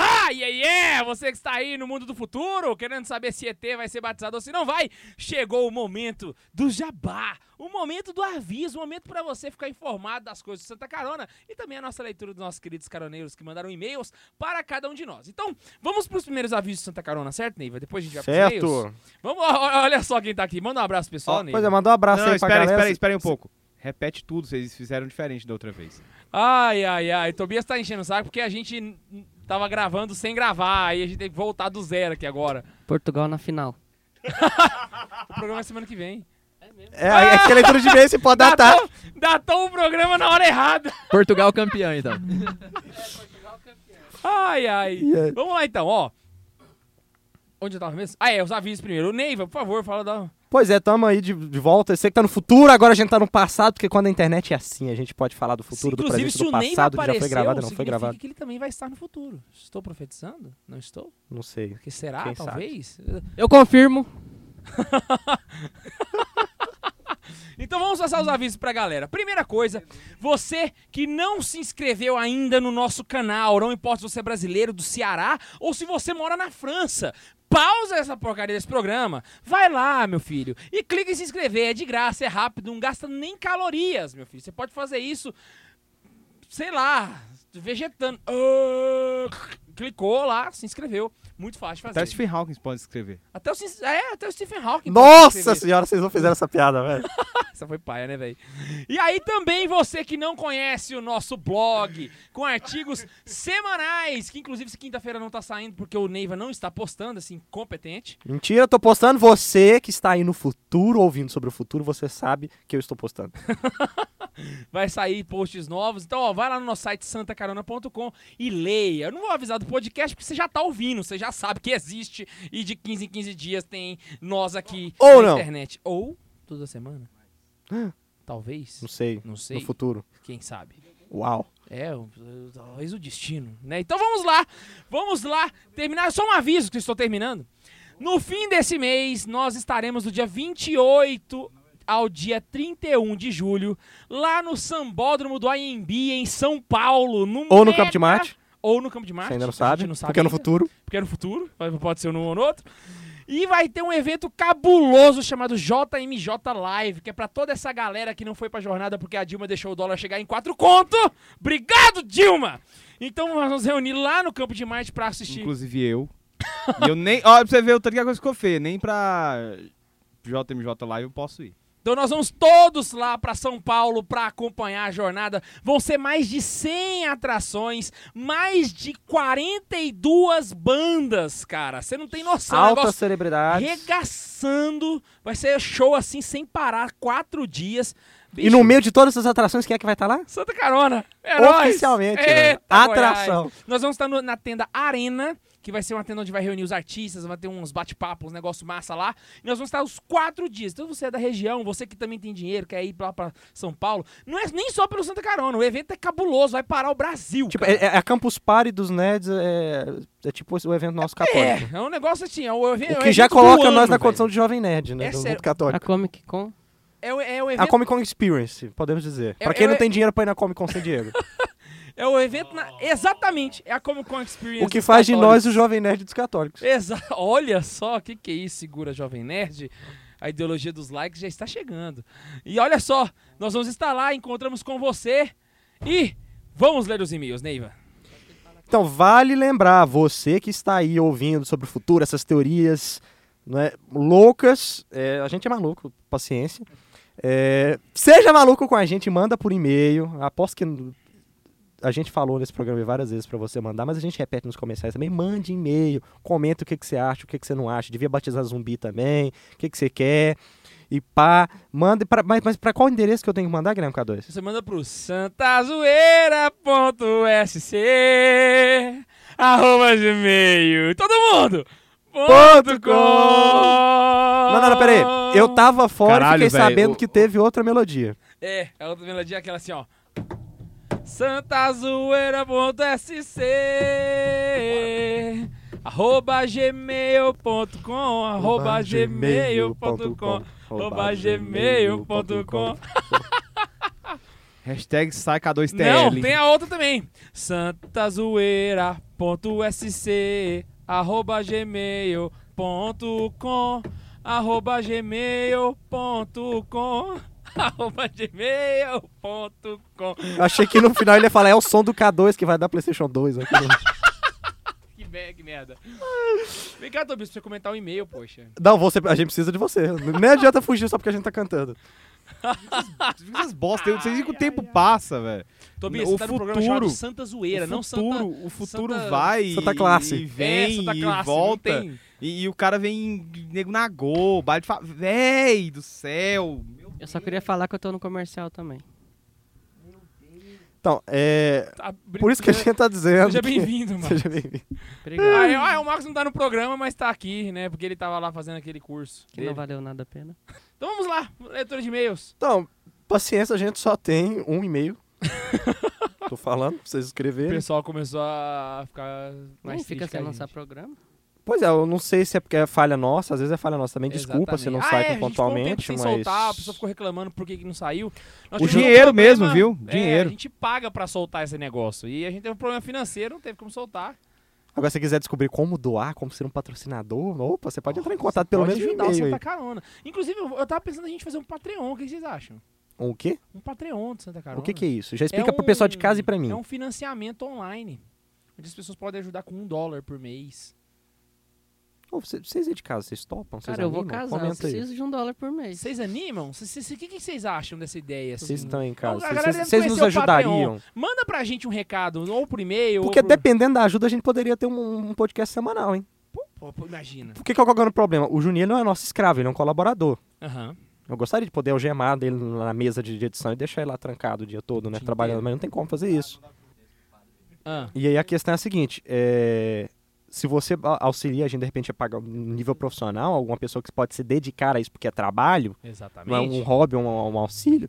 S1: Ah, e aí é! Você que está aí no mundo do futuro, querendo saber se ET vai ser batizado ou se não vai, chegou o momento do jabá, o momento do aviso, o momento para você ficar informado das coisas do Santa Carona e também a nossa leitura dos nossos queridos caroneiros que mandaram e-mails para cada um de nós. Então, vamos para os primeiros avisos de Santa Carona, certo, Neiva? Depois a gente vai para os e-mails. Vamos, ó, ó, olha só quem tá aqui. Manda um abraço, pessoal,
S2: Ó,
S1: Neiva.
S2: pois é, manda um abraço
S4: não,
S2: aí pra
S4: espera,
S2: galera.
S4: espera aí, espera aí um pouco. Repete tudo, vocês fizeram diferente da outra vez.
S1: Tá Ai, ai, ai. Tobias tá enchendo o saco porque a gente n- n- tava gravando sem gravar, aí a gente tem que voltar do zero aqui agora.
S6: Portugal na final.
S1: O programa é semana que vem.
S2: É, aí, é que a leitura de e-mail se pode datar.
S1: Datou, datou o programa na hora errada. [laughs]
S3: Portugal campeão, então.
S1: Ai, ai.
S2: E aí?
S1: Vamos lá então, ó. Onde eu tava mesmo? Ah, é, os avisos primeiro. O Neiva, por favor, fala da.
S2: Pois é, tamo aí de, de volta. Você que tá no futuro, agora a gente tá no passado, porque quando a internet é assim, a gente pode falar do futuro, do
S1: Inclusive,
S2: presente,
S1: se
S2: do
S1: o Neiva
S2: passado, que
S1: apareceu,
S2: já foi gravado, não foi
S1: significa
S2: gravado.
S1: que ele também vai estar no futuro. Estou profetizando? Não estou?
S2: Não sei.
S1: Porque será,
S2: Quem sabe?
S1: talvez?
S6: Eu confirmo.
S1: Então vamos passar os avisos pra galera. Primeira coisa, você que não se inscreveu ainda no nosso canal, não importa se você é brasileiro do Ceará ou se você mora na França, pausa essa porcaria desse programa. Vai lá, meu filho, e clica em se inscrever. É de graça, é rápido, não gasta nem calorias, meu filho. Você pode fazer isso, sei lá, vegetando. Ah, clicou lá, se inscreveu. Muito fácil de
S4: Até o
S1: fazer.
S4: Stephen Hawking pode escrever.
S1: Até o, Sin- é, até o Stephen Hawking. pode se
S2: Nossa
S1: inscrever.
S2: senhora, vocês não fizeram essa piada, velho.
S1: Essa foi paia, né, velho? E aí também você que não conhece o nosso blog, com artigos semanais, que inclusive essa quinta-feira não tá saindo porque o Neiva não está postando, assim, competente.
S2: Mentira, eu tô postando. Você que está aí no futuro, ouvindo sobre o futuro, você sabe que eu estou postando.
S1: Vai sair posts novos. Então, ó, vai lá no nosso site santacarona.com e leia. Eu não vou avisar do podcast porque você já tá ouvindo, você já sabe que existe e de 15 em 15 dias tem nós aqui
S2: Ou
S1: na
S2: não.
S1: internet. Ou toda semana. Talvez.
S2: Não sei.
S1: Não sei.
S2: No futuro.
S1: Quem sabe?
S2: Uau.
S1: É, o- o- talvez o destino, né? Então vamos lá, vamos lá, terminar, só um aviso que eu estou terminando. No fim desse mês, nós estaremos do dia 28 ao dia 31 de julho, lá no Sambódromo do AMB, em São Paulo. No
S2: Ou no
S1: mega-
S2: Campo de Marte,
S1: Ou no Campo de Marte.
S2: você ainda não
S1: a
S2: sabe,
S1: gente não sabe
S2: porque é no
S1: ainda
S2: futuro.
S1: porque é no futuro, mas pode ser num ou no outro. E vai ter um evento cabuloso chamado JMJ Live, que é pra toda essa galera que não foi pra jornada porque a Dilma deixou o dólar chegar em quatro conto. Obrigado, Dilma! Então nós vamos reunir lá no Campo de Marte pra assistir.
S4: Inclusive
S1: [laughs]
S4: eu. e eu nem. Ó, pra você ver, o tanto que a coisa ficou feia. Nem pra JMJ Live eu posso ir.
S1: Então nós vamos todos lá pra São Paulo pra acompanhar a jornada. Vão ser mais de 100 atrações, mais de 42 bandas, cara. Você não tem noção. o
S2: Alta
S1: é um negócio
S2: celebridade.
S1: regaçando. Vai ser show assim sem parar, quatro dias.
S2: E
S1: Bicho,
S2: no meio de todas essas atrações, quem é que vai estar lá?
S1: Santa Carona. É nóis.
S2: Oficialmente, né?
S1: Eita,
S2: Atração.
S1: Goiás. Nós vamos estar no- na tenda Arena, que vai ser uma tenda onde vai reunir os artistas, vai ter uns bate-papos, uns negócio massa lá. E nós vamos estar os quatro dias. Então você é da região, você que também tem dinheiro, quer ir lá pra São Paulo. Não é nem só pelo Santa Carona, o evento é cabuloso, vai parar o Brasil.
S2: Tipo,
S1: cara.
S2: é, é a Campus Party dos nerds, é, é tipo o evento nosso católico.
S1: É, é um negócio assim, é um evento,
S2: O
S1: é um
S2: que já
S1: evento do
S2: coloca
S1: ano,
S2: nós na
S1: velho.
S2: condição de jovem nerd, né?
S1: É
S2: do
S1: sério.
S2: mundo católico.
S6: A Comic Con.
S1: É, um- é um
S2: A
S1: evento
S2: Comic Con Experience, podemos dizer.
S1: É-
S2: pra quem
S1: é-
S2: não tem dinheiro pra ir na Comic Con
S1: [laughs]
S2: sem dinheiro.
S1: É o evento na... Exatamente. É a Comic Con Experience.
S2: o que
S1: dos
S2: faz de
S1: católicos.
S2: nós o jovem nerd dos católicos.
S1: Exa... [laughs] Olha só, o que, que é isso, segura Jovem Nerd? A ideologia dos likes já está chegando. E olha só, né, nós vamos estar lá, encontramos com você e vamos ler os e-mails, Neiva.
S2: Então, vale lembrar, você que está aí ouvindo sobre o futuro, essas teorias né, loucas, é, a gente é maluco, paciência. É, seja maluco com a gente, manda por e-mail. Aposto que n- a gente falou nesse programa várias vezes para você mandar, mas a gente repete nos comerciais também. Mande e-mail, comenta o que, que você acha, o que, que você não acha. Devia batizar zumbi também, o que, que você quer. E pá, manda. Pra, mas mas para qual endereço que eu tenho que mandar, Guilherme K2?
S1: Você manda pro santazoeira.sc arroba gmail. Todo mundo! Ponto com!
S2: Não, não, não, peraí. Eu tava fora
S4: Caralho,
S2: e fiquei
S4: velho,
S2: sabendo
S4: o-
S2: que teve outra melodia.
S1: É, a outra melodia é aquela assim, ó. santazoeira.sc arroba gmail.com arroba gmail.com arroba gmail.com
S4: Hashtag sai
S1: Não,
S4: K2TL.
S1: tem a outra também. santazoeira.sc arroba gmail.com arroba gmail.com [laughs] arroba gmail.com
S2: Eu [laughs] Achei que no final ele ia falar, é o som do K2 que vai dar Playstation 2. aqui.
S1: [laughs] Que, be- que merda. Vem cá, Tobias, pra você comentar o e-mail, poxa.
S2: Não, você, a gente precisa de você. Nem adianta fugir só porque a gente tá cantando.
S4: Vocês bosta, vocês veem que o tempo passa, velho.
S1: Tobias,
S4: O
S1: você tá no programa chamado
S4: futuro-
S1: Santa Zoeira,
S4: o
S1: não Santa...
S4: futuro, o futuro
S1: Santa-
S4: vai
S2: Santa
S4: e-
S2: Classe.
S4: e vem
S1: é, Santa
S4: e
S1: Classe,
S4: volta.
S1: Não tem...
S4: E, e o cara vem nego na gol, bate fa... Véi do céu. meu
S6: Eu só queria falar que eu tô no comercial também.
S2: Então, é.
S1: tá brin-
S2: Por isso que a gente tá dizendo.
S1: [laughs] Seja
S2: que- [laughs]
S1: bem-vindo, mano.
S2: Seja bem-vindo.
S6: Obrigado.
S1: Ah, eu- ah, o Marcos não tá no programa, mas tá aqui, né? Porque ele tava lá fazendo aquele curso.
S6: Que
S1: dele.
S6: não valeu nada a pena.
S1: Então vamos lá, leitura de e-mails.
S2: Então, paciência, a gente só tem
S1: [laughs]
S2: um e-mail. Tô falando pra vocês
S1: O
S2: escreverem.
S1: pessoal começou a ficar mais
S6: Mas fica
S1: triste que a
S6: sem lançar
S1: gente.
S6: programa.
S2: Pois é, eu não sei se é porque é falha nossa, às vezes é falha nossa também. Desculpa se não
S1: Exatamente.
S2: sai
S1: ah, é,
S2: com pontualmente,
S1: a gente ficou um tempo sem
S2: mas.
S1: soltar, a pessoa ficou reclamando por que que não saiu. Nós
S4: O
S1: tivemos um
S4: dinheiro mesmo,
S1: problema-
S4: viu?
S1: É,
S4: Dinheiro.
S1: a gente paga pra soltar esse negócio. E a gente teve um problema financeiro, não teve como soltar.
S2: Agora, se você quiser descobrir como doar, como ser um patrocinador, opa, você pode entrar em contato pelo
S1: Pode
S2: menos no
S1: ajudar o
S2: e-mail.
S1: Santa
S2: aí.
S1: Carona. Inclusive, eu eu tava pensando a gente fazer um Patreon, o que vocês acham?
S2: O quê?
S1: Um Patreon do Santa Carona.
S2: O que, que é isso? Já explica pro pessoal de
S1: um-
S2: casa e pra mim.
S1: É um financiamento online. Onde as pessoas podem ajudar com um dólar por mês.
S2: Ô, cê- vocês aí de casa, vocês topam? Vocês
S6: Cara, eu vou
S2: animam?
S6: casar. Eu
S2: Comenta aí.
S6: preciso de um dólar por mês.
S1: Vocês animam? O que, que vocês acham dessa ideia? assim?
S2: Vocês estão em
S1: Não,
S2: casa.
S1: a
S2: vocês-
S1: galera
S2: Vocês
S1: deve
S2: nos
S1: conhecer o Patreon.
S2: ajudariam.
S1: Manda pra gente um recado, ou por e-mail,
S2: Porque
S1: ou por...
S2: dependendo da ajuda, a gente poderia ter um, um podcast semanal, hein?
S1: Pô, pô, imagina.
S2: Por que que é o problema? O Juninho ele não é nosso escravo, ele é um colaborador.
S1: Aham.
S2: Eu gostaria de poder algemar dele na mesa de edição e deixar ele lá trancado o dia todo, né?
S1: Dia
S2: Trabalhando,
S1: inteiro.
S2: mas não tem como fazer isso.
S1: Ah,
S2: E aí a questão é a seguinte: é, se você a- auxilia a gente, de repente, a pagar um nível profissional, alguma pessoa que pode se dedicar a isso porque é trabalho,
S1: exatamente.
S2: não é um hobby, um, um auxílio,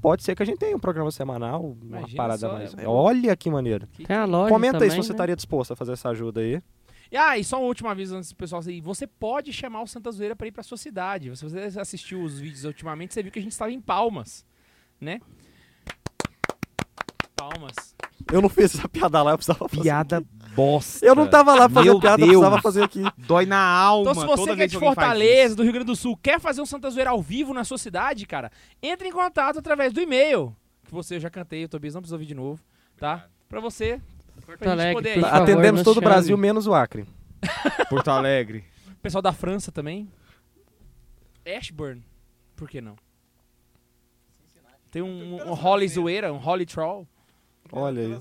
S2: pode ser que a gente tenha um programa semanal, uma
S1: Imagina
S2: parada
S1: só,
S2: mais.
S1: é-
S2: Olha que maneiro.
S6: Tem a loja
S2: Comenta aí se
S6: também,
S2: você
S6: né?
S2: estaria disposto a fazer essa ajuda aí.
S1: E, ah, e só um último aviso antes do pessoal sair. Você pode chamar o Santa Zoeira pra ir pra sua cidade. Se você assistiu os vídeos ultimamente, você viu que a gente estava em Palmas, né? Palmas.
S2: Eu não fiz essa piada lá, eu precisava fazer.
S4: Piada bosta.
S2: Eu não tava lá pra fazer
S4: Meu
S2: piada, eu
S4: Deus.
S2: precisava fazer aqui.
S4: Dói na alma.
S1: Então, se você
S4: toda
S1: que é
S4: vez
S1: de
S4: alguém faz
S1: Fortaleza, do Rio Grande do Sul, quer fazer um Santa Zoeira ao vivo na sua cidade, cara, entre em contato através do e-mail. Que você eu já cantei, o Tobias não precisa ouvir de novo, tá? Pra você.
S6: Porto Alegre,
S1: poder
S6: por
S1: ir.
S6: favor,
S2: Atendemos
S6: nos
S2: todo o
S6: chame.
S2: Brasil, menos o Acre.
S4: isso. Porto Alegre.
S1: Pessoal da França também. Ashburn. Por que não? Tem um, um, um Holly zoeira, um Holly troll.
S2: Olha aí.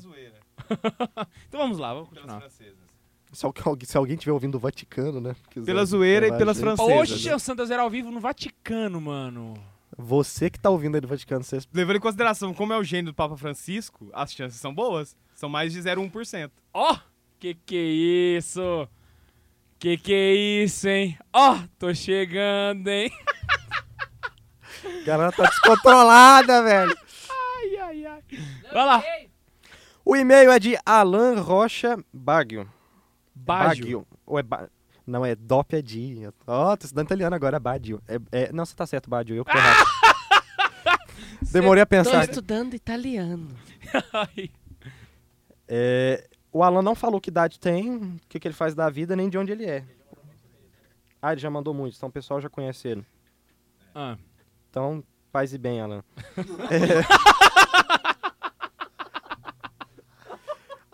S1: Então vamos lá, vamos continuar.
S2: Se alguém, se alguém tiver ouvindo o Vaticano, né? quiser
S4: Pela zoeira e
S2: levar a
S4: pelas
S2: gente.
S4: francesas. né?
S1: Hoje é o Santa Zoeira ao vivo no Vaticano, mano.
S2: Você que tá ouvindo aí do Vaticano, vocês.
S4: Levando em consideração como é o gênio do Papa Francisco, as chances são boas. São mais de 0,1%.
S1: Ó, que que é isso? Que que é isso, hein? Ó, tô chegando, hein?
S2: A galera tá descontrolada, [laughs] velho.
S1: Ai, ai, ai. Vai lá.
S2: O e-mail é de Alan Rocha Baggio.
S1: Baggio.
S2: Ou é ba... Não, é Dop é de. Ó, tô estudando italiano agora, é Baggio. É, é- Não, você tá certo, Baggio. Eu que tô errado. Demorei a
S6: Tô
S2: pensar.
S6: estudando italiano.
S1: Ai.
S2: É, o Alan não falou que idade tem, o que, que ele faz da vida, nem de onde ele é. Ah, ele já mandou muito, então o pessoal já conhece ele.
S1: Ah.
S2: Então, paz e bem, É. Alan.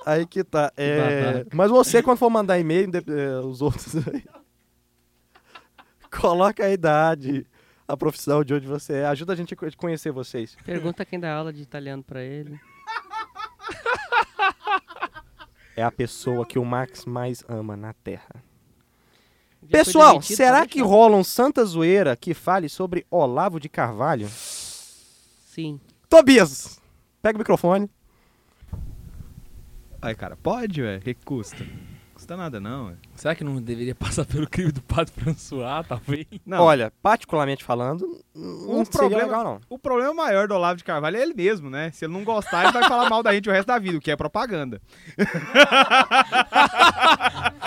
S2: Aí que tá. é,
S7: babaca.
S2: Mas você, quando for mandar e-mail, inde- é, os outros aí, coloca a idade, a profissão de onde você é. Ajuda a gente a co- conhecer vocês.
S6: Pergunta quem dá aula de italiano pra ele.
S2: É a pessoa que o Max mais ama na Terra.
S6: Já foi
S2: Pessoal,
S6: demitido, tá
S2: será
S6: pode
S2: que
S6: deixar.
S2: rola um Santa Zoeira que fale sobre Olavo de Carvalho?
S6: Sim.
S2: Tobias, pega o microfone.
S4: Ai, cara, pode, velho? O que que custa? Custa nada, não, velho.
S1: Será que não deveria passar pelo crime do Padre François, talvez?
S4: Não,
S2: Olha, particularmente falando, não seria
S4: um problema-
S2: legal não.
S4: o problema maior do Olavo de Carvalho é ele mesmo, né? Se ele não gostar, ele vai falar mal da gente o resto da vida, o que é propaganda.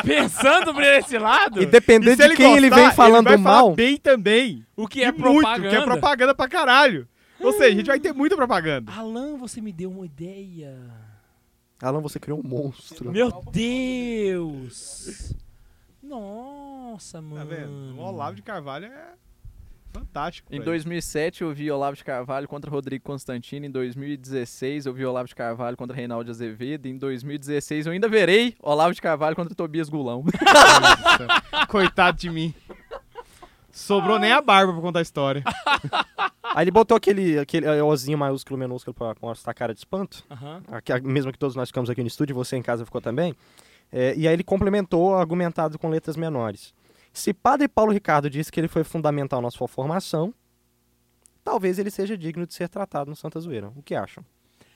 S1: Pensando por esse lado,
S2: E dependendo
S4: E se
S2: de quem ele
S4: gostar,
S2: vem falando
S4: vai falar
S2: mal,
S4: bem também.
S1: o que é
S4: e
S1: propaganda?
S4: muito, que é propaganda pra caralho. Ou seja, a gente vai ter muita propaganda.
S1: Alan, você me deu uma ideia.
S2: Alan, você criou um monstro.
S1: Meu Deus! Nossa, mano.
S4: Tá vendo? O Olavo de Carvalho é fantástico.
S3: Em
S4: velho. [laughs]
S3: 2007 eu vi Olavo de Carvalho contra Rodrigo Constantino. Em 2016 eu vi Olavo de Carvalho contra Reinaldo Azevedo. Em 2016 eu ainda verei Olavo de Carvalho contra Tobias Gulão. [laughs]
S4: Coitado de mim. Sobrou nem a barba pra contar a história.
S2: [laughs] Aí ele botou aquele, aquele eh, Ozinho maiúsculo minúsculo pra mostrar a cara de espanto.
S1: Aham.
S2: Aqui, a mesma que todos nós ficamos aqui no estúdio, você em casa ficou também. É, e aí ele complementou argumentado com letras menores. Se padre Paulo Ricardo disse que ele foi fundamental na sua formação, talvez ele seja digno de ser tratado no Santa Zoeira. O que acham?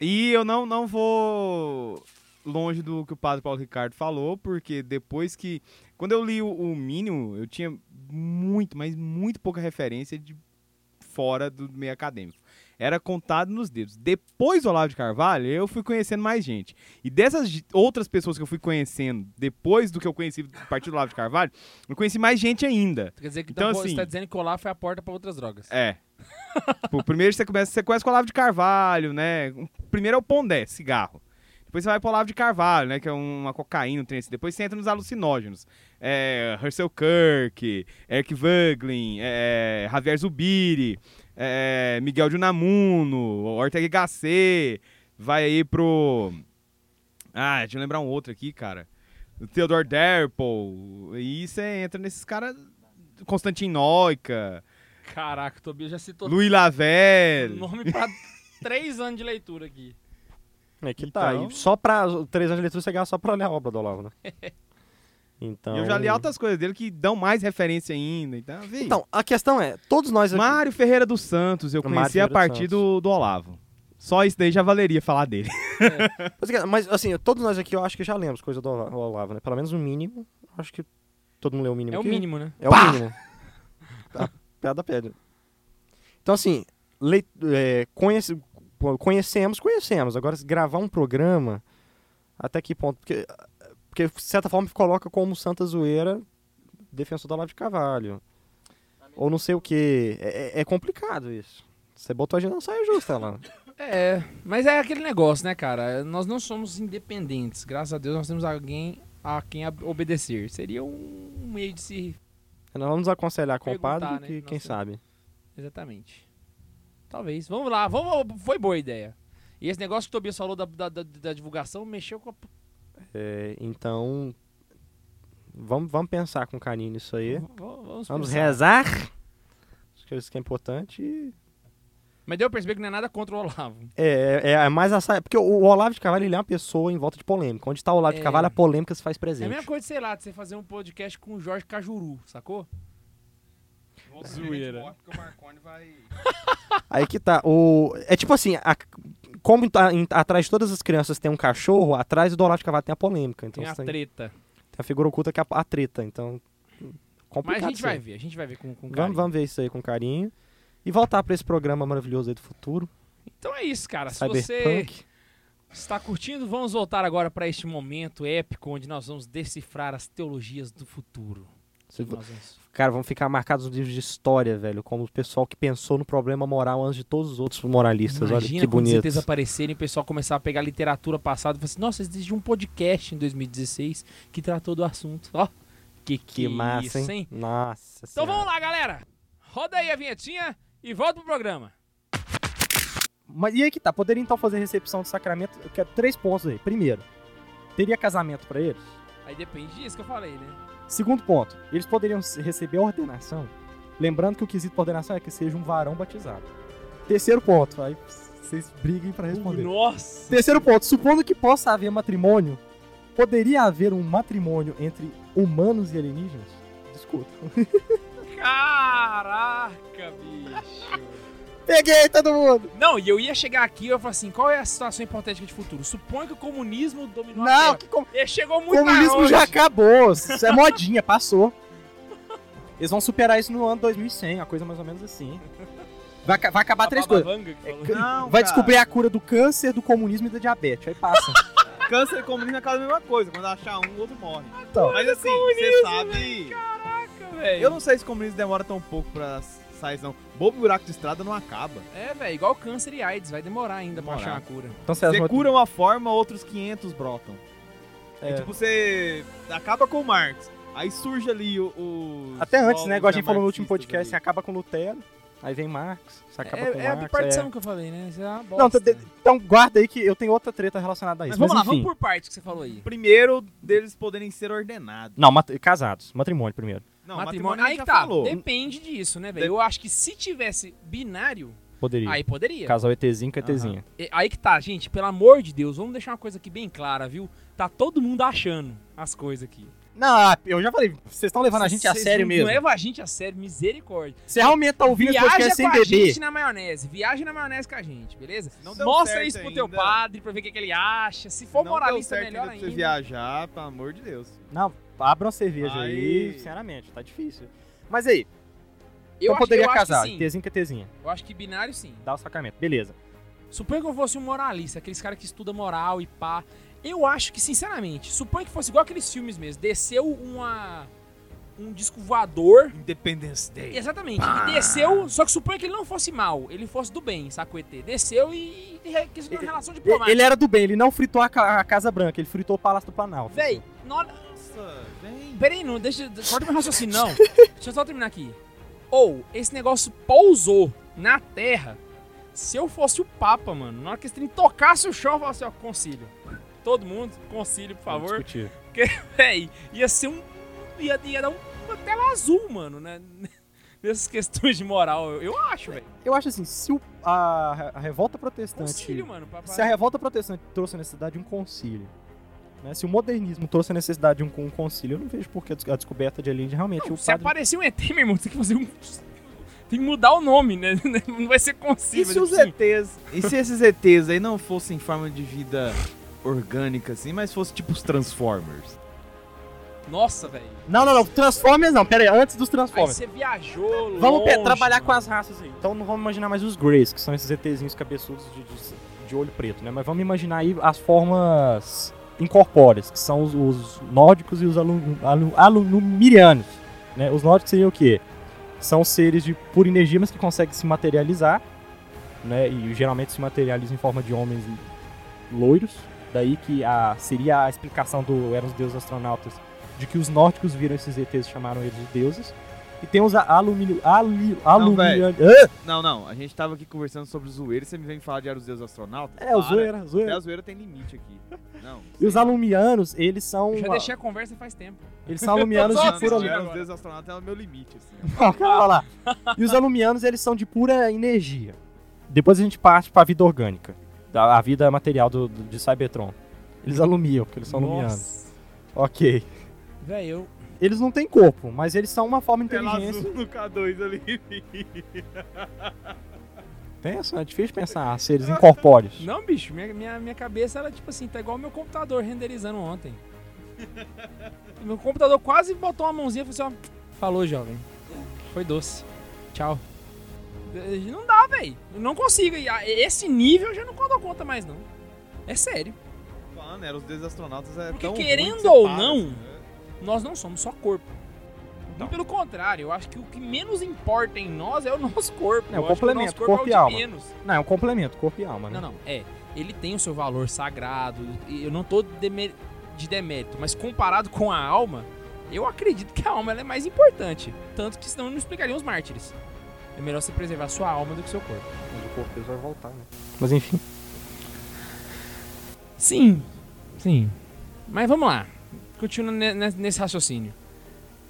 S4: E eu não, não vou longe do que o padre Paulo Ricardo falou, porque depois que. Quando eu li o, o Mínimo, eu tinha muito, mas muito pouca referência de fora do meio acadêmico. Era contado nos dedos. Depois do Olavo de Carvalho, eu fui conhecendo mais gente. E dessas ge- outras pessoas que eu fui conhecendo, depois do que eu conheci a partir do Olavo de Carvalho, eu conheci mais gente ainda.
S1: Quer dizer que
S4: Então,
S1: então,
S4: assim-
S1: você tá dizendo que o Olavo foi a porta pra outras drogas.
S4: É. [laughs] Pô, primeiro você começa, você começa com o Olavo de Carvalho, né? Um- Primeiro é o Pondé, cigarro. Depois você vai pro Olavo de Carvalho, né? Que é uma cocaína, um trem assim. Depois você entra nos alucinógenos. É, Herschel Kirk, Eric Vuglin, é, Javier Zubiri, é, Miguel de Unamuno, Ortega y Gasset. Vai aí pro... Ah, deixa eu lembrar um outro aqui, cara. O Theodore Derpel. E você entra nesses caras... Constantin Noica...
S1: Caraca, o Tobias já citou
S4: Louis Lavelle.
S1: nome pra [laughs] três anos de leitura aqui.
S2: É que tá.
S4: Então-
S2: E só pra. Três anos de leitura você gasta só pra olhar a obra do Olavo, né? Então.
S4: E Eu já li altas coisas dele que dão mais referência ainda. Então, vi.
S2: Então, a questão é: todos nós aqui.
S4: Mário Ferreira dos Santos, eu
S2: Mário
S4: conheci a
S2: Ferreira dos
S4: partir
S2: Santos.
S4: do, do Olavo. Só isso daí já valeria falar dele. [laughs]
S2: Mas, cara, Mas, assim, todos nós aqui eu acho que já lemos coisa do Ola- do Olavo, né? Pelo menos o mínimo. Acho que todo mundo leu o mínimo
S1: É o
S2: aqui.
S1: mínimo, né?
S2: É o mínimo. A piada pede. Então, assim, lei- é, conhece- pô, conhecemos, conhecemos. Agora, se gravar um programa, até que ponto? Porque, porque, de certa forma, coloca como Santa Zoeira defensor da Lava de Cavalho. Ou não sei o quê. É, é- é complicado isso. Você botou a gente na saia justa, Alan.
S1: É, mas é aquele negócio, né, cara? Nós não somos independentes. Graças a Deus nós temos alguém a quem ab- obedecer. Seria um meio de se.
S2: Nós vamos aconselhar com o
S1: Perguntar,
S2: padre,
S1: né?
S2: que quem
S1: Nossa.
S2: sabe.
S1: Exatamente. Talvez. Vamos lá, vamos, foi boa ideia. E esse negócio que o Tobias falou da, da, da- da divulgação mexeu com a.
S2: É, então, vamos, vamos pensar com carinho nisso aí.
S1: v- Vamos,
S2: Vamos
S1: pensar.
S2: rezar. Acho que isso que é importante. e-
S1: Mas deu pra perceber que não é nada contra o Olavo.
S2: É, é, é mais a saia. Porque o- o Olavo de Carvalho ele é uma pessoa em volta de polêmica. Onde está o Olavo de
S1: É.
S2: Carvalho, a polêmica se faz
S1: É a
S2: presente.
S1: mesma coisa, sei lá, de você fazer um podcast com o Jorge Cajuru, sacou? Zoeira.
S2: [laughs] Aí que tá. O... É tipo assim, a- como tá em- atrás de todas as crianças tem um cachorro, atrás do Olavo de Carvalho tem a polêmica. Então
S1: Tem a
S2: você tem,
S1: treta.
S2: tem a figura oculta que é a, a treta. Então, complicado.
S1: Mas a gente
S2: isso
S1: vai
S2: aí.
S1: ver, a gente vai ver com, com
S2: Vamos,
S1: carinho.
S2: vamos ver isso aí com carinho. E voltar para esse programa maravilhoso aí do futuro.
S1: Então é isso, cara. Se você
S2: Cyberpunk.
S1: está curtindo, vamos voltar agora para este momento épico onde nós vamos decifrar as teologias do futuro.
S2: Se vo-
S1: Nós vamos-
S2: Cara, vão ficar marcados nos livros de história, velho. Como o pessoal que pensou no problema moral antes de todos os outros moralistas. Olha
S1: Imagina
S2: que
S1: quando
S2: bonito.
S1: vocês desaparecerem e o pessoal começar a pegar literatura passada e falar assim, nossa, existe um podcast em 2016 que tratou do assunto. Ó, que, que,
S2: Que massa,
S1: isso,
S2: hein? Nossa
S1: Então
S2: senhora.
S1: vamos lá, galera. Roda aí a vinhetinha e volta pro programa.
S2: Mas e aí que tá? Poderia então fazer recepção de sacramento? Eu quero três pontos aí. Primeiro, teria casamento pra eles?
S1: Aí depende disso que eu falei, né?
S2: Segundo ponto, eles poderiam se- receber ordenação, lembrando que o quesito pra ordenação é que seja um varão batizado. Terceiro ponto, aí vocês briguem pra
S1: Um
S2: responder.
S1: Nossa!
S2: Terceiro ponto, supondo que possa haver matrimônio, poderia haver um matrimônio entre humanos e alienígenas? Desculpa.
S1: Caraca, bicho!
S8: [laughs] Peguei todo mundo!
S1: Não, e eu ia chegar aqui e eu ia falar assim: qual é a situação hipotética de futuro? Suponha que o comunismo dominou a
S8: Não,
S1: Terra.
S8: que com...
S1: Ele chegou é muito mais
S8: comunismo
S1: longe. Tá
S8: já acabou!
S2: Isso é modinha, passou. Eles vão superar isso no ano 2100, uma coisa mais ou menos assim. Vai, aca- vai acabar
S1: A
S2: três
S1: Baba
S2: coisas.
S1: Vanga que falou.
S4: Não,
S2: vai
S4: cara.
S2: descobrir a cura do câncer, do comunismo e da diabetes. Aí passa.
S4: Câncer e comunismo é quase a mesma coisa. Quando achar um, o outro morre.
S2: Então.
S4: Mas assim, você sabe.
S1: Caraca, É, velho.
S4: Eu não sei se comunismo demora tão pouco pra sair, não. Bobo e buraco de estrada não acaba.
S1: É, velho, igual câncer e AIDS, vai demorar ainda pra
S4: Demorar.
S1: achar a cura.
S2: Então vocês
S4: Você
S2: vão-
S4: cura uma forma, outros 500 brotam. É,
S2: É.
S4: tipo, você acaba com o Marx. Aí surge ali o. os
S2: Até antes, né?
S4: novos
S2: Igual a gente
S1: é
S2: falou no último
S4: marxistas
S2: podcast, você
S4: ali.
S2: acaba com Lutero, aí vem Marx, você acaba com
S1: É, é a
S2: Marx.
S1: bipartição que eu falei, né? Isso é uma
S2: é.
S1: bosta.
S2: Não, tá- de- então guarda aí que eu tenho outra treta relacionada a
S1: Mas
S2: isso.
S1: vamos lá,
S2: enfim.
S1: vamos por partes que você falou
S2: é
S1: aí.
S4: Primeiro, deles poderem ser ordenados.
S2: Não, mat- casados, matrimônio primeiro.
S4: Não,
S1: matrimônio,
S4: a
S1: aí
S4: gente
S1: que
S4: já
S1: tá.
S4: falou.
S1: Depende disso, né, velho?
S4: Dep-
S1: Eu acho que se tivesse binário,
S2: Poderia.
S1: aí poderia.
S2: Casal ETzinho com ETzinha.
S1: E- Aí que tá, gente, pelo amor de Deus, vamos deixar uma coisa aqui bem clara, viu? Tá todo mundo achando as coisas aqui.
S2: Não, ah, eu já falei, vocês estão levando a gente a
S1: Cês
S2: sério
S1: não
S2: mesmo.
S1: Leva a gente a sério, misericórdia.
S2: Você realmente tá ouvindo esse
S1: Viaja
S2: podcast
S1: com
S2: sem
S1: a
S2: beber.
S1: gente na maionese. Viaja na maionese com a gente, beleza?
S4: Não deu
S1: Mostra
S4: certo
S1: isso pro teu
S4: ainda.
S1: padre pra ver o que, que ele acha. Se for
S4: Não
S1: moralista,
S4: deu certo
S1: melhor
S4: ainda
S1: ainda.
S4: pra você viajar, pelo amor de Deus.
S2: Não, abra uma cerveja aí.
S4: Aí.
S2: sinceramente, tá difícil. Mas aí,
S1: Eu
S2: então
S1: acho-
S2: poderia
S1: eu acho assim. que
S2: casar,
S1: sim.
S2: ETzinho com ETzinha.
S1: Eu acho que binário sim.
S2: Dá o sacramento, beleza.
S1: Suponha que eu fosse um moralista, aqueles caras que estuda moral e pá. Eu acho que, sinceramente, suponha que fosse igual aqueles filmes mesmo. Desceu uma, um disco voador.
S4: Independence Day.
S1: Exatamente.
S2: Ah.
S1: E desceu, só que suponha que ele não fosse mal, ele fosse do bem, saco ET. Desceu e, e re- quis uma
S2: Ele-
S1: relação
S2: E-
S1: diplomática.
S2: Ele era do bem, ele não fritou a ca- a Casa Branca, ele fritou o Palácio do Planalto.
S1: Véi, na hora-
S4: Nossa, vem.
S1: Peraí, não, deixa. Corta meu raciocínio, não. deixa eu só terminar aqui. Ou, esse negócio pousou na Terra. Se eu fosse o Papa, mano, na hora que esse trem tocasse o chão, eu falava assim, ó, concílio. Todo mundo, concílio, por
S2: Vamos
S1: favor.
S2: discutir.
S1: [laughs] Véi, ia ser um. Ia, ia dar um- uma tela azul, mano, né? [laughs] Nessas questões de moral, eu, eu acho, velho.
S2: Eu acho assim, se o- a, a revolta protestante.
S1: Concílio, mano, papai.
S2: Se a revolta protestante trouxe a necessidade de um concílio, né, se o modernismo trouxe a necessidade de um, con- concílio, eu não vejo por que a des- a descoberta de alienígena realmente. é o
S1: Se
S2: padre-
S1: aparecer um ET, meu irmão, você tem que fazer um. [laughs] Tem que mudar o nome, né? [laughs] Não vai ser
S4: E
S1: concílio.
S4: se
S1: vai
S4: os
S1: ser assim.
S4: ETs, [laughs] e se esses ETs aí não fossem em forma de vida orgânica assim, mas fosse tipo os Transformers?
S1: Nossa, velho.
S2: Não, não, não. Transformers não. Pera aí, antes dos
S1: Aí
S2: Transformers.
S1: você viajou longe,
S2: Vamos pe- trabalhar
S1: mano.
S2: com as raças aí. Então não vamos imaginar mais os Greys, que são esses ETzinhos cabeçudos de, de- de olho preto, né? Mas vamos imaginar aí as formas incorpóreas, que são os, os nórdicos e os alu- alu- alunumirianos. né? Os nórdicos seriam o quê? São seres de pura energia, mas que conseguem se materializar, né? E geralmente se materializam em forma de homens loiros. Daí que a, seria a explicação do Eram os Deuses Astronautas, de que os nórdicos viram esses ETs e chamaram eles de deuses. E tem os a- alumínio. Ali,
S4: velho.
S2: alumínio.
S4: Não, não, a gente tava aqui conversando sobre zoeira e você me vem falar de Eros Deus Astronauta?
S2: É, o
S4: Para.
S2: zoeira,
S4: Até
S2: zoeira.
S4: a zoeira tem limite aqui. Não.
S2: E os alumianos, eles são.
S1: Eu já deixei a conversa faz tempo.
S2: Eles
S1: [laughs]
S2: são
S1: [laughs]
S2: alumianos
S1: Só um
S2: de
S1: assistindo
S2: pura
S1: agora.
S4: Eros Deus Astronauta é o meu limite, assim.
S2: Não, calma lá. E os alumianos, eles são de pura energia. Depois a gente parte pra vida orgânica. da- A vida material do, do- de Cybertron. Eles alumiam, porque eles são alumianos. Ok.
S1: Velho, eu...
S2: Eles não têm corpo, mas eles são uma forma de
S4: Tela
S2: inteligência.
S4: azul no K2 ali.
S2: Pensa, é difícil pensar seres incorpóreos.
S1: Não, bicho, minha, minha, minha cabeça, ela, tipo assim, tá igual o meu computador renderizando ontem. [laughs] meu computador quase botou uma mãozinha e falou assim, ó... Falou, jovem. Foi doce. Tchau. Eh, Não dá, velho. Eu Não consigo. E a- Esse nível eu já não dou conta mais, não. É sério.
S4: Mano, Eros Deus né, Astronautas é
S1: Porque
S4: tão ruim que
S1: querendo
S4: você
S1: ou
S4: para,
S1: não,
S4: assim, né?
S1: Nós não somos só corpo.
S2: Então.
S1: Muito pelo contrário, eu acho que o que menos importa em nós é o [laughs] nosso corpo.
S2: É, o
S1: Eu acho que
S2: complemento,
S1: nosso corpo,
S2: corpo e
S1: é o de
S2: alma.
S1: menos.
S2: Não, é um complemento, corpo e alma, né?
S1: Não, não. É, ele tem o seu valor sagrado. e Eu não tô demer- de demérito, mas comparado com a alma, eu acredito que a alma ela é mais importante. Tanto que senão não explicariam os mártires. É melhor você preservar sua alma do que seu corpo.
S2: Mas o corpo deles vai voltar, né? Mas enfim.
S1: Sim. Sim. Mas vamos lá. Continuando ne- ne- nesse raciocínio.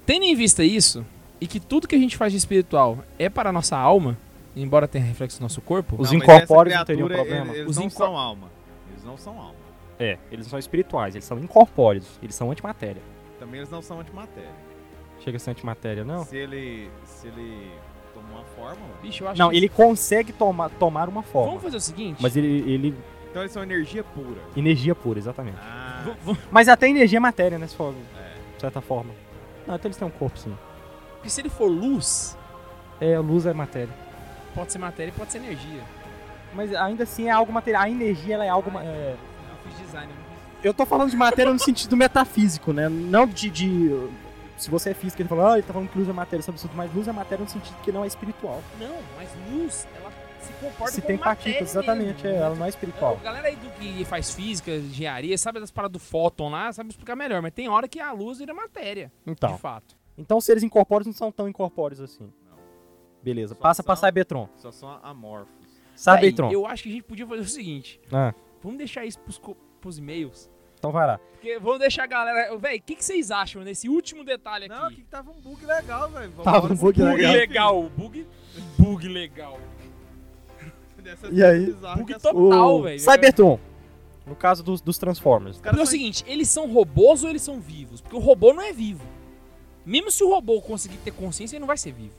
S1: Tendo em vista isso, e que tudo que a gente faz de espiritual é para a nossa alma, embora tenha reflexo no nosso corpo,
S2: Os
S4: mas
S2: incorpóreos
S4: essa
S2: não teriam
S4: criatura,
S2: problema.
S4: Eles,
S1: Os
S4: eles não
S1: incor-
S4: são alma. Eles não são alma.
S2: É, eles não são espirituais, eles são incorpóreos, eles são antimatéria.
S4: Também eles não são antimatéria.
S2: Chega a ser antimatéria, não?
S4: Se ele. Se ele tomou uma fórmula.
S1: bicho, eu acho
S2: Não,
S1: que-
S2: ele consegue tomar, tomar uma forma.
S1: Vamos fazer o seguinte?
S2: Mas ele, ele.
S4: Então eles são energia pura.
S2: Energia pura, exatamente.
S4: Ah,
S1: v- v-
S2: Mas até energia é matéria, né? Se for, de certa forma. Não, então eles têm um corpo, sim.
S1: Porque se ele for luz,
S2: É, luz é matéria.
S1: pode ser matéria e pode ser energia.
S2: Mas ainda assim é algo material. A energia ela é algo. ma- é,
S1: Eu fiz design. eu não fiz-
S9: Eu tô falando de matéria no sentido metafísico, né? Não de. de, uh, se você é físico, ele fala, ah, ele tá falando que luz é matéria, isso é absurdo, mas luz é matéria no sentido que não é espiritual.
S1: Não, mas luz, ela se comporta
S9: se
S1: como
S9: tem
S1: matéria
S9: partículas, exatamente, é,
S1: mesmo.
S9: ela não é
S1: A
S9: espiritual.
S1: galera aí do que faz física, engenharia, sabe das paradas do fóton lá, sabe explicar melhor, mas tem hora que a luz vira matéria,
S2: Então.
S1: de fato.
S2: Então seres incorpóreos não são tão incorpóreos assim. Beleza,
S4: Só
S2: passa pra
S4: são-
S2: Cybertron.
S4: só são amorfos.
S1: Daí,
S2: Cybertron.
S1: Eu acho que a gente podia fazer o seguinte.
S2: Tá, Ah.
S1: Vamos deixar isso pros, co- pros e-mails.
S2: Então vai lá.
S1: Porque vamos deixar a galera. Véi, o que, que vocês acham nesse último detalhe aqui?
S4: Não, aqui que tava um bug legal, velho. Vamos
S9: Tava
S4: embora
S9: um bug
S4: desse
S1: Bug
S9: legal.
S1: legal, bug. Bug legal. é
S4: dessas
S9: E aí?
S4: bizarras
S1: Bug
S4: que as-
S1: total,
S2: O
S1: velho.
S2: Cybertron. No caso dos, dos Transformers.
S4: os
S1: Porque é o
S4: caras são
S1: seguinte, eles são robôs ou eles são vivos? Porque o robô não é vivo. Mesmo se o robô conseguir ter consciência, ele não vai ser vivo.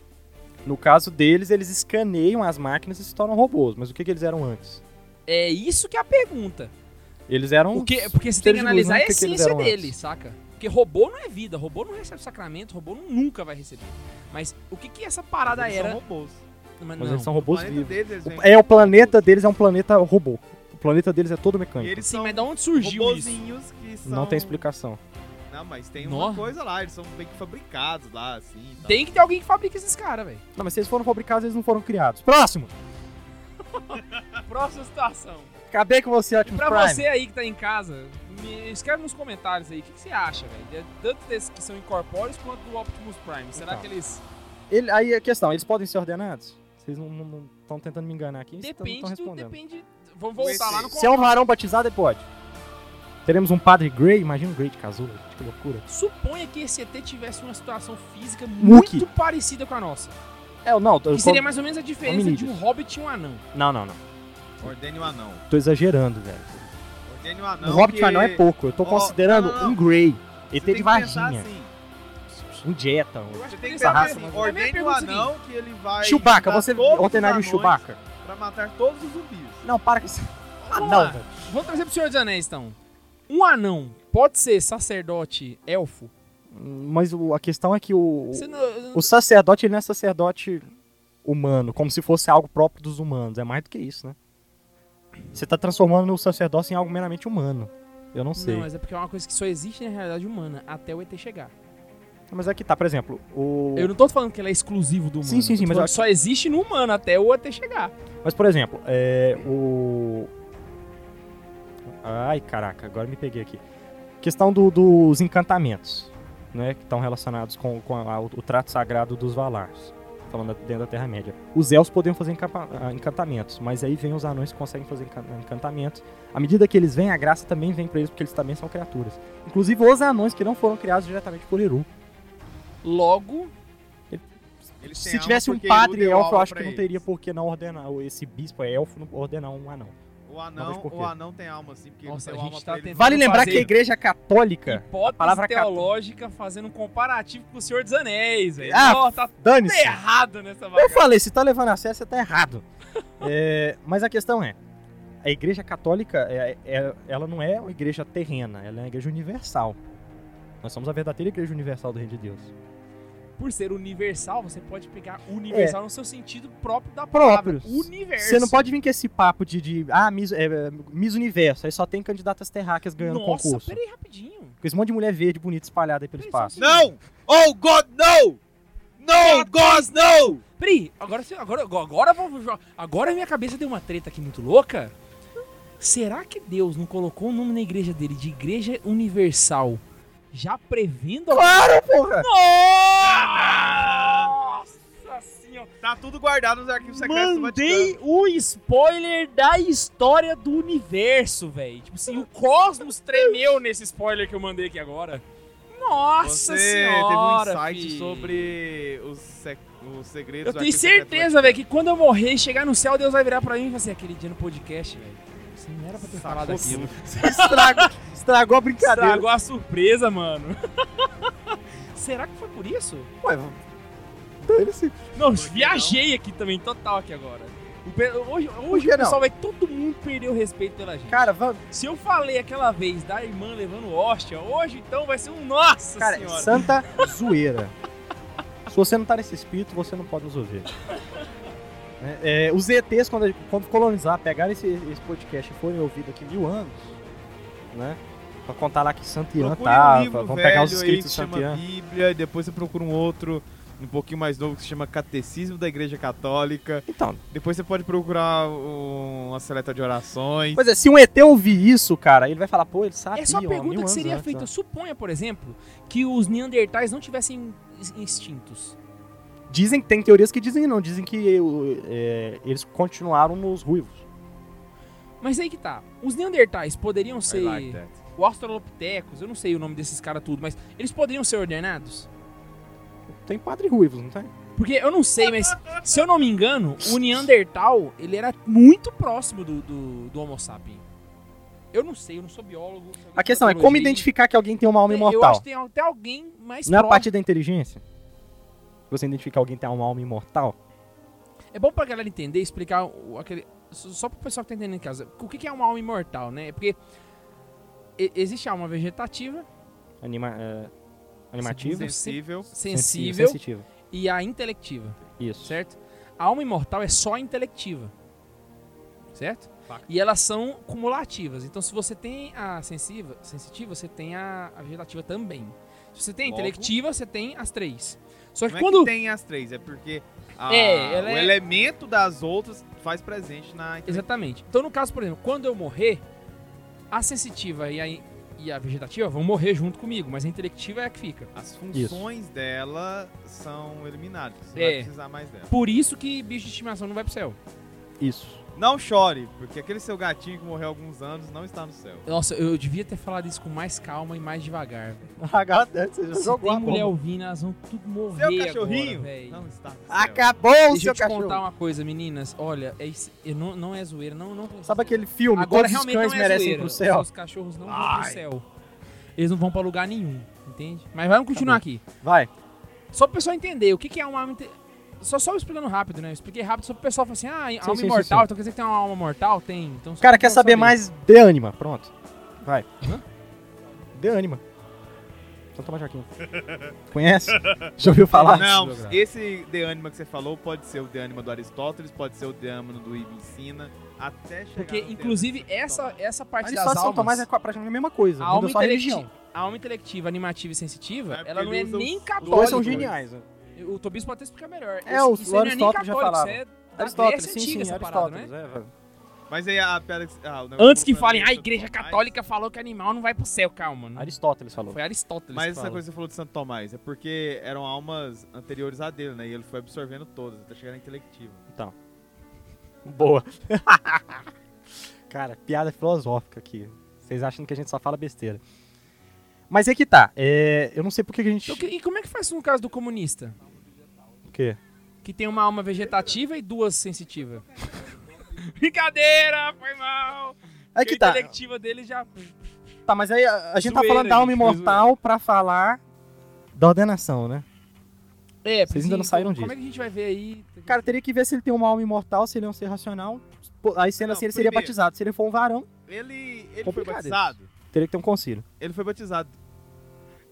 S2: No caso deles, eles escaneiam as máquinas e se tornam robôs. Mas o que, que eles eram antes?
S1: É isso que é a pergunta.
S2: Eles eram.
S1: O que, porque você tem
S2: seres
S1: que
S2: de luz,
S1: analisar
S2: né?
S1: a
S2: O que que eles
S1: essência
S2: eram antes?
S1: dele, saca? Porque robô não é vida, robô não recebe sacramento, robô nunca vai receber. Mas o que que essa parada
S4: eles
S1: era...
S4: São robôs.
S1: Mas
S2: Mas
S1: não.
S2: eles são
S4: O
S2: robôs
S4: planeta
S2: vivos.
S4: deles, eles vêm-
S2: É, o planeta deles é um planeta robô. O planeta deles é todo
S4: E
S2: mecânico.
S4: eles
S1: Sim,
S4: são
S1: mas da onde surgiu isso?
S4: robozinhos que são...
S2: Não tem explicação.
S4: Não, mas tem uma
S1: Nossa.
S4: coisa lá, eles são meio que fabricados lá, assim. e tal.
S1: Tem que ter alguém que fabrica esses caras, velho.
S2: Não, mas se eles foram fabricados, eles não foram criados. Próximo!
S1: Próxima situação.
S2: Acabei com você, Optimus
S1: Pra
S2: Prime.
S1: você aí que tá em casa, me escreve nos comentários aí o que, que você acha, velho. de- Tanto desses que são incorpóreos quanto do Optimus Prime. Será
S2: Então.
S1: que eles.
S2: Ele- aí a questão, eles podem ser ordenados? Vocês não- não estão tentando me enganar aqui? Vocês não estão
S1: Depende do.
S2: respondendo.
S1: Depende. Vamos
S4: Tá
S1: voltar lá no
S2: Se é um varão batizado, ele pode. Teremos um padre Grey? Imagina um Grey de casulo. Que loucura.
S1: Suponha que esse ET tivesse uma situação física
S2: Muque.
S1: muito parecida com a nossa.
S2: É, eu- não, eu,
S1: Que seria mais ou menos a diferença de um
S2: hominídeos.
S1: hobbit e um anão.
S2: não, não, não.
S4: Ordene o anão.
S2: Tô exagerando, velho.
S4: Ordene o
S2: o
S4: anão.
S2: Hobbit
S4: que...
S2: não é pouco. Eu tô
S4: Ó,
S2: considerando
S4: não, não, não.
S2: um Grey.
S4: Você
S2: ET
S4: tem
S2: de
S4: que pensar
S2: Varginha.
S4: assim,
S2: Um Jetta. Um...
S1: Eu acho
S4: Você
S1: que
S4: tem
S1: essa
S4: que pensar
S2: raça,
S1: raça,
S4: assim,
S1: mas.
S4: ordene o anão que ele vai...
S2: Chewbacca,
S4: juntar
S2: você
S4: todos os
S2: ordenaria o
S4: anões
S2: Chewbacca?
S4: Pra matar todos os zumbis.
S2: Não, para com isso. Ah,
S1: Vamos
S2: não,
S1: lá.
S2: velho.
S1: Vamos trazer pro Senhor dos Anéis, então. Um anão pode ser sacerdote elfo?
S2: Mas o- a questão é que o,
S1: Você não-
S2: o sacerdote ele não é sacerdote humano, como se fosse algo próprio dos humanos. É mais do que isso, né? Você tá transformando o sacerdócio em algo meramente humano. Eu não sei.
S1: Não, mas é porque é uma coisa que só existe na realidade humana até o ET chegar.
S2: Mas aqui tá, por exemplo, o.
S1: Eu não tô falando que ela é exclusivo do humano.
S2: Sim, sim,
S1: eu tô
S2: sim, mas
S1: falando
S2: eu
S1: que só existe no humano até o ET chegar.
S2: Mas, por exemplo, é, o. Ai, caraca, agora me peguei aqui. Questão do- dos encantamentos, né? Que estão relacionados com, com a- o, o trato sagrado dos Valars. Falando da- dentro da Terra-média. Os elfos podem fazer encapa- ah, encantamentos, mas aí vem os anões que conseguem fazer encan- encantamentos. À medida que eles vêm, a graça também vem pra eles, porque eles também são criaturas. Inclusive os anões que não foram criados diretamente por Eru.
S1: Logo,
S4: Eles têm
S2: Se
S4: alma
S2: tivesse um
S4: porque Eru
S2: padre
S4: deu
S2: elfo, eu
S4: alma
S2: acho
S4: pra
S2: que não
S4: eles.
S2: teria por que não ordenar, ou esse bispo é elfo, não ordenar um anão.
S4: O
S2: Não vejo
S4: anão,
S2: por quê.
S4: o anão tem alma, assim, porque
S1: Nossa,
S4: ele
S1: a
S4: deu
S1: gente
S4: alma
S1: tá
S4: pra ele.
S1: tentando-
S2: Vale
S1: Vamos
S2: lembrar
S1: fazer.
S2: que a igreja católica. a
S1: hipótese
S2: palavra cat-
S1: teológica fazendo um comparativo com o Senhor dos Anéis, velho.
S2: Ah,
S1: Ó, tá tudo
S2: Dane-se.
S1: errado nessa
S2: Eu [laughs]
S1: bagaça.
S2: falei, se tá levando a sério, você
S1: [laughs]
S2: tá errado. É, mas a questão é, a igreja católica, é- é- ela não é uma igreja terrena, ela é uma igreja universal. Nós somos a verdadeira igreja universal do reino de Deus.
S1: Por ser universal, você pode pegar universal no seu sentido próprio da palavra.
S2: Próprio.
S1: Universo.
S2: É. Você não pode vir com esse papo de, de ah, Miss, é, é, Miss Universo, aí só tem candidatas terráqueas ganhando
S1: Nossa,
S2: concurso.
S1: peraí rapidinho.
S2: Com esse monte de mulher verde bonita espalhada aí pelo
S1: Peraí,
S2: espaço.
S1: só um
S4: Não! Oh, God, no!
S2: Tá
S4: No, God, no!
S1: Peraí, agora, se- agora, agora, vou- vou- agora minha cabeça deu uma treta aqui muito louca. Será que Deus não colocou o nome na igreja dele de Igreja Universal? Já prevendo a.
S2: Claro, porra!
S1: Nossa senhora!
S4: Tá tá tudo guardado nos arquivos secretos do Vaticano.
S1: Mandei um spoiler da história do universo, velho. Tipo assim, o cosmos tremeu nesse spoiler que eu mandei aqui agora. Nossa
S4: Você
S1: senhora!
S4: teve um insight
S1: fi.
S4: sobre os, sec- os segredos
S1: Eu
S4: do
S8: é
S1: tenho
S4: arquivo secreto do
S1: certeza,
S8: né?
S1: velho, que quando eu morrer e chegar no céu, Deus vai virar pra mim e falar assim, aquele dia no podcast, velho. Você não era pra ter falado aquilo.
S8: Estragou, estragou a brincadeira.
S1: Estragou a surpresa, mano. [laughs] Será que foi por isso?
S8: Ué, dane-se.
S1: Não,
S4: que
S1: viajei aqui também, total aqui agora. O pe- Hoje, hoje
S8: que
S1: o
S8: não?
S1: pessoal vai todo mundo perder o respeito pela gente.
S8: Cara, vamos.
S1: Se eu falei aquela vez da irmã levando hóstia, hoje então vai ser um nossa
S8: Cara,
S1: senhora.
S8: santa
S2: zoeira. Se você não tá nesse espírito, você não pode nos ouvir. É, é, os ETs, quando, quando colonizar, pegaram esse, esse podcast e forem ouvidos aqui mil anos, né? Pra contar lá que Santian
S4: Procure
S2: tava,
S4: um livro
S2: vamos
S4: velho
S2: pegar os
S4: aí
S2: escritos
S4: que
S2: de
S4: chama
S2: Santian.
S4: Bíblia, e depois você procura um outro um pouquinho mais novo que se chama Catecismo da Igreja Católica.
S2: Então,
S4: Depois você pode procurar um- uma seleta de orações.
S2: pois é, se um ET ouvir isso, cara, ele vai falar, pô, ele
S8: tá
S2: sabe.
S1: Essa é uma pergunta que seria
S2: né?"
S1: assim. feita. Suponha, por exemplo, que os Neandertais não tivessem is- instintos.
S2: Dizem que tem teorias que dizem que não, dizem que o- é, eles continuaram nos ruivos.
S1: Mas aí que tá. Os Neandertais poderiam
S4: I
S1: ser.
S4: like that.
S1: o Australopithecus, eu não sei o nome desses caras tudo, mas eles poderiam ser ordenados?
S2: Tem padre ruivos, não tem?
S1: Porque eu não sei, mas se eu não me engano, o Neandertal, ele era muito próximo do, do, do Homo sapiens. Eu não sei, eu não sou biólogo. se alguém
S2: A questão é
S1: da
S2: como
S1: biologia-
S2: identificar que alguém tem uma alma
S1: Eu acho
S2: imortal.
S1: que tem até alguém mais
S2: Não é a
S1: próximo.
S2: parte da inteligência? Você identificar alguém que tem uma alma imortal?
S1: É bom pra galera entender, explicar o- aquele. Só só pro pessoal que tá entendendo em casa. O que que é uma alma imortal, né? É Porque e- existe a alma vegetativa,
S2: Anima, é, animativa?
S1: Sim,
S4: Sensível.
S1: sensível
S2: sensitiva.
S1: e a intelectiva.
S2: Isso.
S1: certo? A alma imortal é só intelectiva, certo? E elas são cumulativas. Então, se você tem a sensiva, sensitiva, você tem a, a vegetativa também. Se você tem a
S4: Logo-
S1: intelectiva, você tem as três. Só que
S4: Não é
S1: quando.
S4: que tem as três, é porque a-
S1: É, ela
S4: o
S1: é-
S4: elemento das outras faz presente na
S1: Exatamente. Então, no caso, por exemplo, quando eu morrer, a sensitiva e a, in- e a vegetativa vão morrer junto comigo, mas a intelectiva é a que fica.
S4: As funções dela são eliminadas. Você não
S1: É.
S4: vai precisar mais dela.
S1: Por isso que bicho de estimação não vai pro céu.
S2: [laughs] Isso.
S4: Não chore, porque aquele seu gatinho que morreu há alguns anos não está no céu.
S1: Nossa, eu devia ter falado isso com mais calma e mais devagar. velho.
S8: você
S1: Se tem mulher ouvindo, elas vão tudo morrer
S4: Seu
S1: agora,
S4: cachorrinho
S1: velho.
S4: não está no céu.
S2: Ah,
S8: Acabou o
S1: Deixa
S8: seu
S1: eu te contar
S8: cachorro.
S1: uma coisa, meninas. Olha, é isso- eu não, não é zoeira, não, não.
S2: Sabe aquele filme?
S1: Agora
S2: Todos os
S1: realmente
S2: cães
S1: não é
S2: merecem ir
S1: zoeira.
S2: pro céu.
S1: Os cachorros não vão pro céu. Eles não vão pra lugar nenhum, entende? Mas vamos continuar
S2: Tá
S1: aqui.
S2: Vai.
S1: Só pro pessoal entender o que, que é uma alma. inte- Só só explicando rápido, né? Eu expliquei rápido só pro pessoal falar assim: ah, alma
S2: sim, sim,
S1: imortal,
S2: sim.
S1: então quer dizer que tem uma alma mortal? Tem. Então, só
S2: O cara
S1: pro
S2: quer
S1: pessoal
S2: saber mais de Anima. Pronto. Vai.
S1: Hã?
S2: De Anima. Só toma Joaquim. [laughs] Conhece? Já ouviu falar?
S4: Não,
S1: Deus,
S4: esse de ânima que você falou pode ser o de ânima do Aristóteles, pode ser o de ânima do Ibn Sina, até chegar
S1: Porque,
S4: no de
S1: inclusive,
S4: ânima de
S1: essa,
S4: Tomás.
S1: essa parte das
S2: Aristóteles e São Tomás
S1: almas.
S2: é praticamente a mesma coisa.
S1: A
S2: Muda
S1: alma,
S2: só a religião.
S1: intelectiva, a alma intelectiva, animativa e sensitiva,
S4: É, porque
S1: ela não
S4: ele
S1: é
S4: usa
S1: nem
S4: os- os
S2: Os dois são
S1: católica.
S2: geniais. né?
S1: O Tobias pode até explicar melhor.
S2: É,
S1: Isso-
S2: o-
S1: isso aí
S2: o
S1: não é nem
S2: Aristóteles já
S1: católico,
S2: falava.
S1: isso é da
S2: Aristóteles,
S1: Grécia
S2: sim,
S1: antiga
S2: sim,
S1: essa parada, né? Uhum.
S2: Aristóteles. é, velho.
S4: Mas aí a pedra. que- ah, o negócio
S1: Antes que
S4: do
S1: falem,
S4: planeta
S1: a
S4: e tudo
S1: igreja
S4: mais,
S1: católica falou que animal não vai pro céu, calma. Não.
S2: Aristóteles falou.
S1: Foi Aristóteles. que
S4: Mas essa
S1: falou.
S4: coisa que você falou de Santo Tomás é porque eram almas anteriores a dele, né? E ele foi absorvendo todas, até chegar na intelectiva.
S1: [laughs]
S2: Boa. Cara, piada filosófica aqui. Vocês acham que a gente só fala besteira. Mas é que tá. é, eu não sei por que que a gente.
S1: Então, que- e como é que faz no caso do comunista?
S2: O quê?
S1: Que tem uma alma vegetativa e duas sensitivas. [laughs] Brincadeira, foi mal.
S2: É
S1: Porque
S2: que
S1: a
S2: tá.
S1: intelectiva dele já.
S2: Tá, mas aí a, a gente tá
S1: Zoeira,
S2: falando da alma
S1: gente, foi
S2: imortal pra falar da ordenação, né?
S1: É,
S2: Vocês ainda não
S1: sim,
S2: saíram
S1: como,
S2: disso.
S1: Como é que a gente vai ver aí?
S2: Cara, teria que ver se ele tem uma alma imortal, se ele é um ser racional. Pô, Aí sendo
S4: Não,
S2: assim, ele seria
S4: primeiro.
S2: batizado. Se ele for um varão,
S4: Ele, ele foi
S2: Complicado
S4: batizado?
S2: teria que ter um concílio.
S4: Ele foi batizado.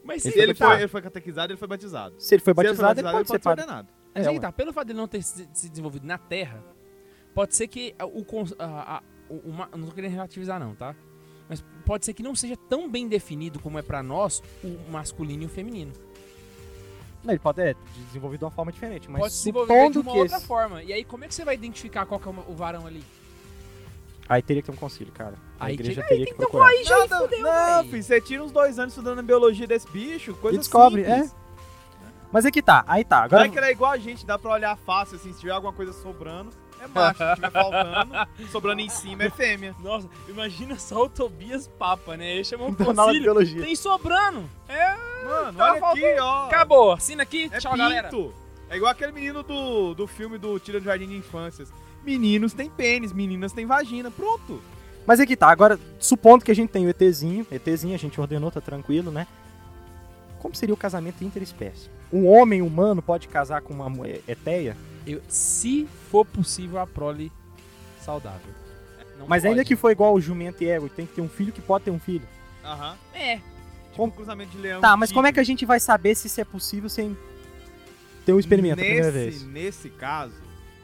S1: Mas
S4: Se
S1: se
S4: ele foi,
S1: tá,
S4: ele foi catequizado, ele foi batizado.
S2: Se ele foi
S4: Se ele
S2: batizado, ele, pode ser padre.
S4: ordenado.
S1: mas
S2: É,
S1: aí
S2: ué.
S1: tá, pelo fato dele não ter se se desenvolvido na Terra, pode ser que a- o. cons- a- a- o- uma- não tô querendo relativizar, não, tá? Mas pode ser que não seja tão bem definido como é pra nós o masculino e o feminino.
S2: Não, ele pode é, desenvolvido de uma forma diferente. Mas
S1: pode se desenvolver de
S2: supondo
S1: uma
S2: que
S1: outra
S2: esse-
S1: forma. E aí, como é que você vai identificar qual que é o o varão ali?
S2: Aí teria que ter um concílio, cara. A
S1: Aí então
S2: igreja
S1: que-
S2: teria que procurar.
S1: Aí já
S4: não,
S1: fudeu,
S4: não
S1: véi.
S4: filho, você tira uns dois anos estudando a biologia desse bicho, coisa
S2: E descobre,
S4: simples.
S2: Mas é que tá, aí tá.
S4: Não
S2: Agora, [laughs]
S4: é que ele é igual a gente, dá pra olhar fácil, assim, se tiver alguma coisa sobrando, é macho. Se tiver
S2: [laughs]
S4: faltando, sobrando em cima, é fêmea.
S1: Nossa, imagina só o Tobias Papa, né? Ele [laughs] chamou o
S10: Dona aula de
S1: concílio.
S10: biologia.
S1: Tem sobrando. É,
S4: Mano,
S1: Tá
S4: olha aqui, ó.
S1: acabou. Assina aqui.
S4: É
S1: Tchau,
S4: pinto.
S1: galera.
S4: É igual aquele menino do, do filme do Tira do Jardim de Infâncias. Meninos têm pênis, meninas têm vagina. Pronto.
S2: mas é que tá, agora, supondo que a gente tem o ETzinho, ETzinho a gente ordenou, tá tranquilo, né? Como seria o casamento interespécie? Um homem humano pode casar com uma mu- eteia?
S1: Eu- se for possível, a prole saudável. Não
S2: Mas ainda
S1: pode.
S2: que for igual o jumento e ego, tem que ter um filho que pode ter um filho.
S4: Aham.
S1: É.
S4: Tipo um cruzamento de leão.
S2: Tá, mas como é que a gente vai saber se isso é possível sem ter um experimento a primeira
S4: nesse,
S2: vez?
S4: nesse caso.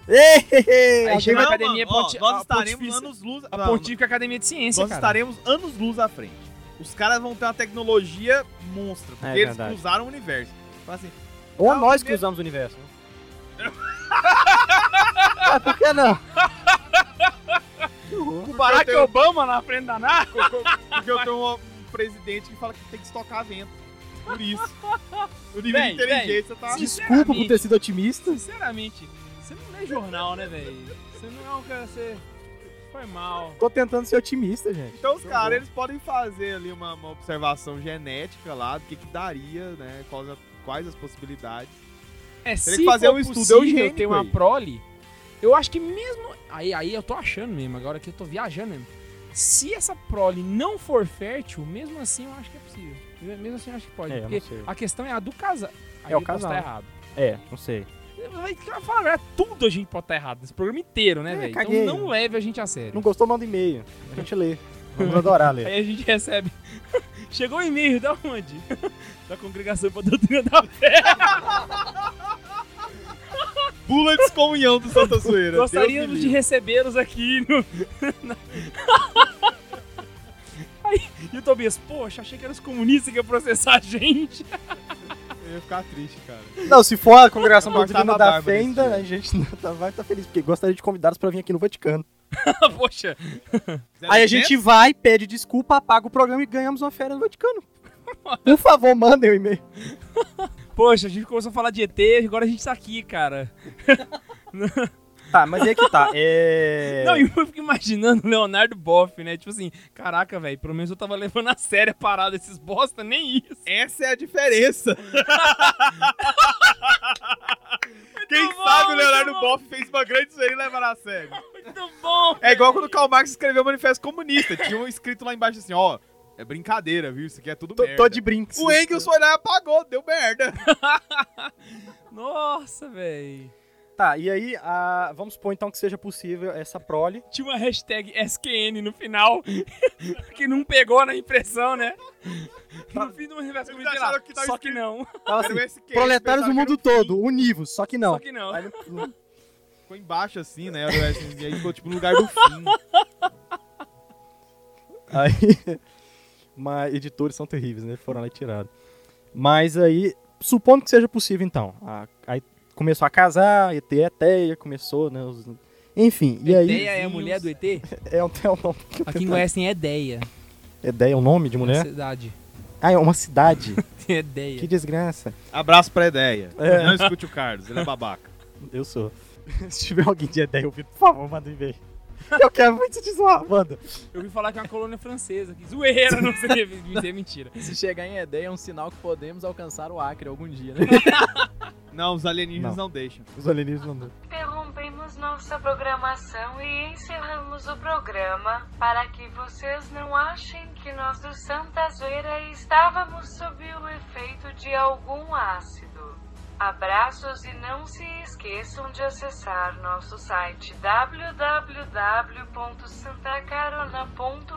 S2: [laughs]
S1: Aí chega a
S4: Não,
S1: academia
S4: mano, ó,
S1: ponti- a
S4: Nós estaremos
S1: pontifícia-
S4: anos luz.
S1: A
S4: não,
S1: Pontífica Academia de Ciência,
S4: Nós
S1: cara.
S4: estaremos anos luz à frente. Os caras vão ter uma tecnologia monstra, porque
S2: É
S4: eles
S2: verdade.
S4: cruzaram o universo. Fala assim,
S2: Ou
S4: Ah,
S2: nós
S4: o
S2: que usamos o universo? né? [laughs] É,
S10: Por que não?
S1: com o Barack
S4: Eu tenho-
S1: Obama na frente da NACO.
S4: porque eu tenho um presidente que fala que tem que estocar vento. Por isso. O nível
S1: Bem,
S4: de inteligência tá.
S2: Desculpa por ter sido otimista.
S1: Sinceramente, você não lê jornal, né, velho? Você não é um cara, você foi mal.
S2: Tô tentando ser otimista, gente.
S4: Então os caras, eles podem fazer ali uma, uma observação genética lá do que, que daria, né? Quais, a- quais as possibilidades.
S1: É,
S4: Teria
S1: se
S4: que fazer
S1: for
S4: um estudo
S1: possível
S4: eugênico
S1: ter uma
S4: aí.
S1: prole, eu acho que mesmo... Aí, aí eu tô achando mesmo, agora que eu tô viajando mesmo. Se essa prole não for fértil, mesmo assim eu acho que é possível. Mesmo assim eu acho que pode.
S2: É, eu
S1: porque
S2: não sei.
S1: a questão é a do casal. Aí
S2: É, o
S1: eu posso
S2: casal.
S1: Tá errado.
S2: É, não sei.
S1: Mas, cara, Fala a verdade, tudo a gente pode estar errado nesse programa inteiro, né,
S2: É,
S1: velho?
S2: caguei.
S1: Então não leve a gente a sério.
S2: Não gostou, manda e-mail. A gente lê. Vamos adorar ler.
S1: [laughs] Aí a gente recebe. Chegou o e-mail, da onde? [laughs] da congregação pra doutrina da fé.
S4: Pula a descomunhão do Santa Zoeira. Deus me
S1: Gostaríamos de
S4: livre.
S1: recebê-los aqui. No... [laughs] Aí, e o Tobias, poxa, achei que eram os comunistas que iam processar a gente. [laughs]
S4: Eu ia ficar triste, cara.
S2: Não, se for a congregação
S4: Cortava
S2: doutrina
S4: a
S2: da
S4: barba desse
S2: fenda,
S4: jeito.
S2: a gente não tá- vai estar feliz, porque gostaria de convidá-los pra vir aqui no Vaticano.
S1: poxa,
S4: É,
S2: Aí a gente vai, pede desculpa, apaga o programa e ganhamos uma férias no Vaticano. Por favor, mandem o e-mail.
S1: poxa, a gente começou a falar de ET, agora a gente tá aqui, cara.
S2: Tá, mas é que tá. É...
S1: [laughs] Não, e eu fico imaginando o Leonardo Boff, né? Tipo assim, caraca, velho, pelo menos eu tava levando a sério a parada esses bosta, nem isso.
S4: Essa é a diferença. [laughs] Quem
S1: Muito bom,
S4: sabe o Leonardo
S1: muito bom.
S4: Boff fez uma grande zoeira e levaram a sério.
S1: Muito bom.
S4: É igual quando o Karl Marx escreveu o Manifesto Comunista. Tinha um escrito lá embaixo assim, ó... É brincadeira, viu? Isso aqui é tudo
S2: tô,
S4: merda.
S2: tô de brinks.
S4: O Engels foi lá e apagou, deu
S2: [laughs]
S4: merda.
S1: Nossa, velho.
S2: Tá, e aí, a- vamos supor então que seja possível essa prole.
S1: tinha uma hashtag SQN no final, [laughs] que não pegou na impressão, né? No fim de um uma reversa
S4: Eles
S1: comigo, sei lá,
S4: acharam que tava
S1: só que
S4: escrito-
S1: não,
S2: Fala
S4: Era
S2: assim,
S4: o SQ,
S2: proletários do
S4: pensaram que
S2: mundo
S4: era um o fim.
S2: todo, univos, só que não.
S1: só que não.
S2: Aí não-
S4: Ficou embaixo assim, né? Era o SQ, e aí ficou tipo no lugar do
S2: [laughs]
S4: fim.
S2: Aí. [laughs] Mas editores são terríveis, né? Foram lá e tiraram. Mas aí, supondo que seja possível, então. a- aí começou a casar, ET é teia, começou, né? os- enfim, e aí.
S1: Ideia é a mulher do ET?
S2: É, um- é um nome.
S1: Aqui em Goiás tem Edeia,
S2: Edeia é um nome de
S1: na
S2: mulher?
S1: cidade.
S2: Ah, é
S1: [laughs]
S2: uma cidade.
S1: Tem Edeia.
S2: que desgraça.
S4: Abraço pra ideia.
S2: É.
S4: Não escute o Carlos, ele é babaca.
S2: Eu sou. [laughs] Se tiver alguém de Edeia ouvindo, por favor, manda um [laughs] e-mail. Eu quero muito te zoar, manda.
S1: Eu ouvi falar que é uma colônia francesa, que zoeira, não sei, [laughs] isso é mentira.
S3: Se chegar em ED é um sinal que podemos alcançar o Acre algum dia, né?
S4: Não, os alienígenas não, deixam.
S2: Os alienígenas mandam.
S11: Interrompemos nossa programação e encerramos o programa para que vocês não achem que nós do Santa Zoeira estávamos sob o efeito de algum ácido. Abraços e não se esqueçam de acessar nosso site www.santacarona.com.br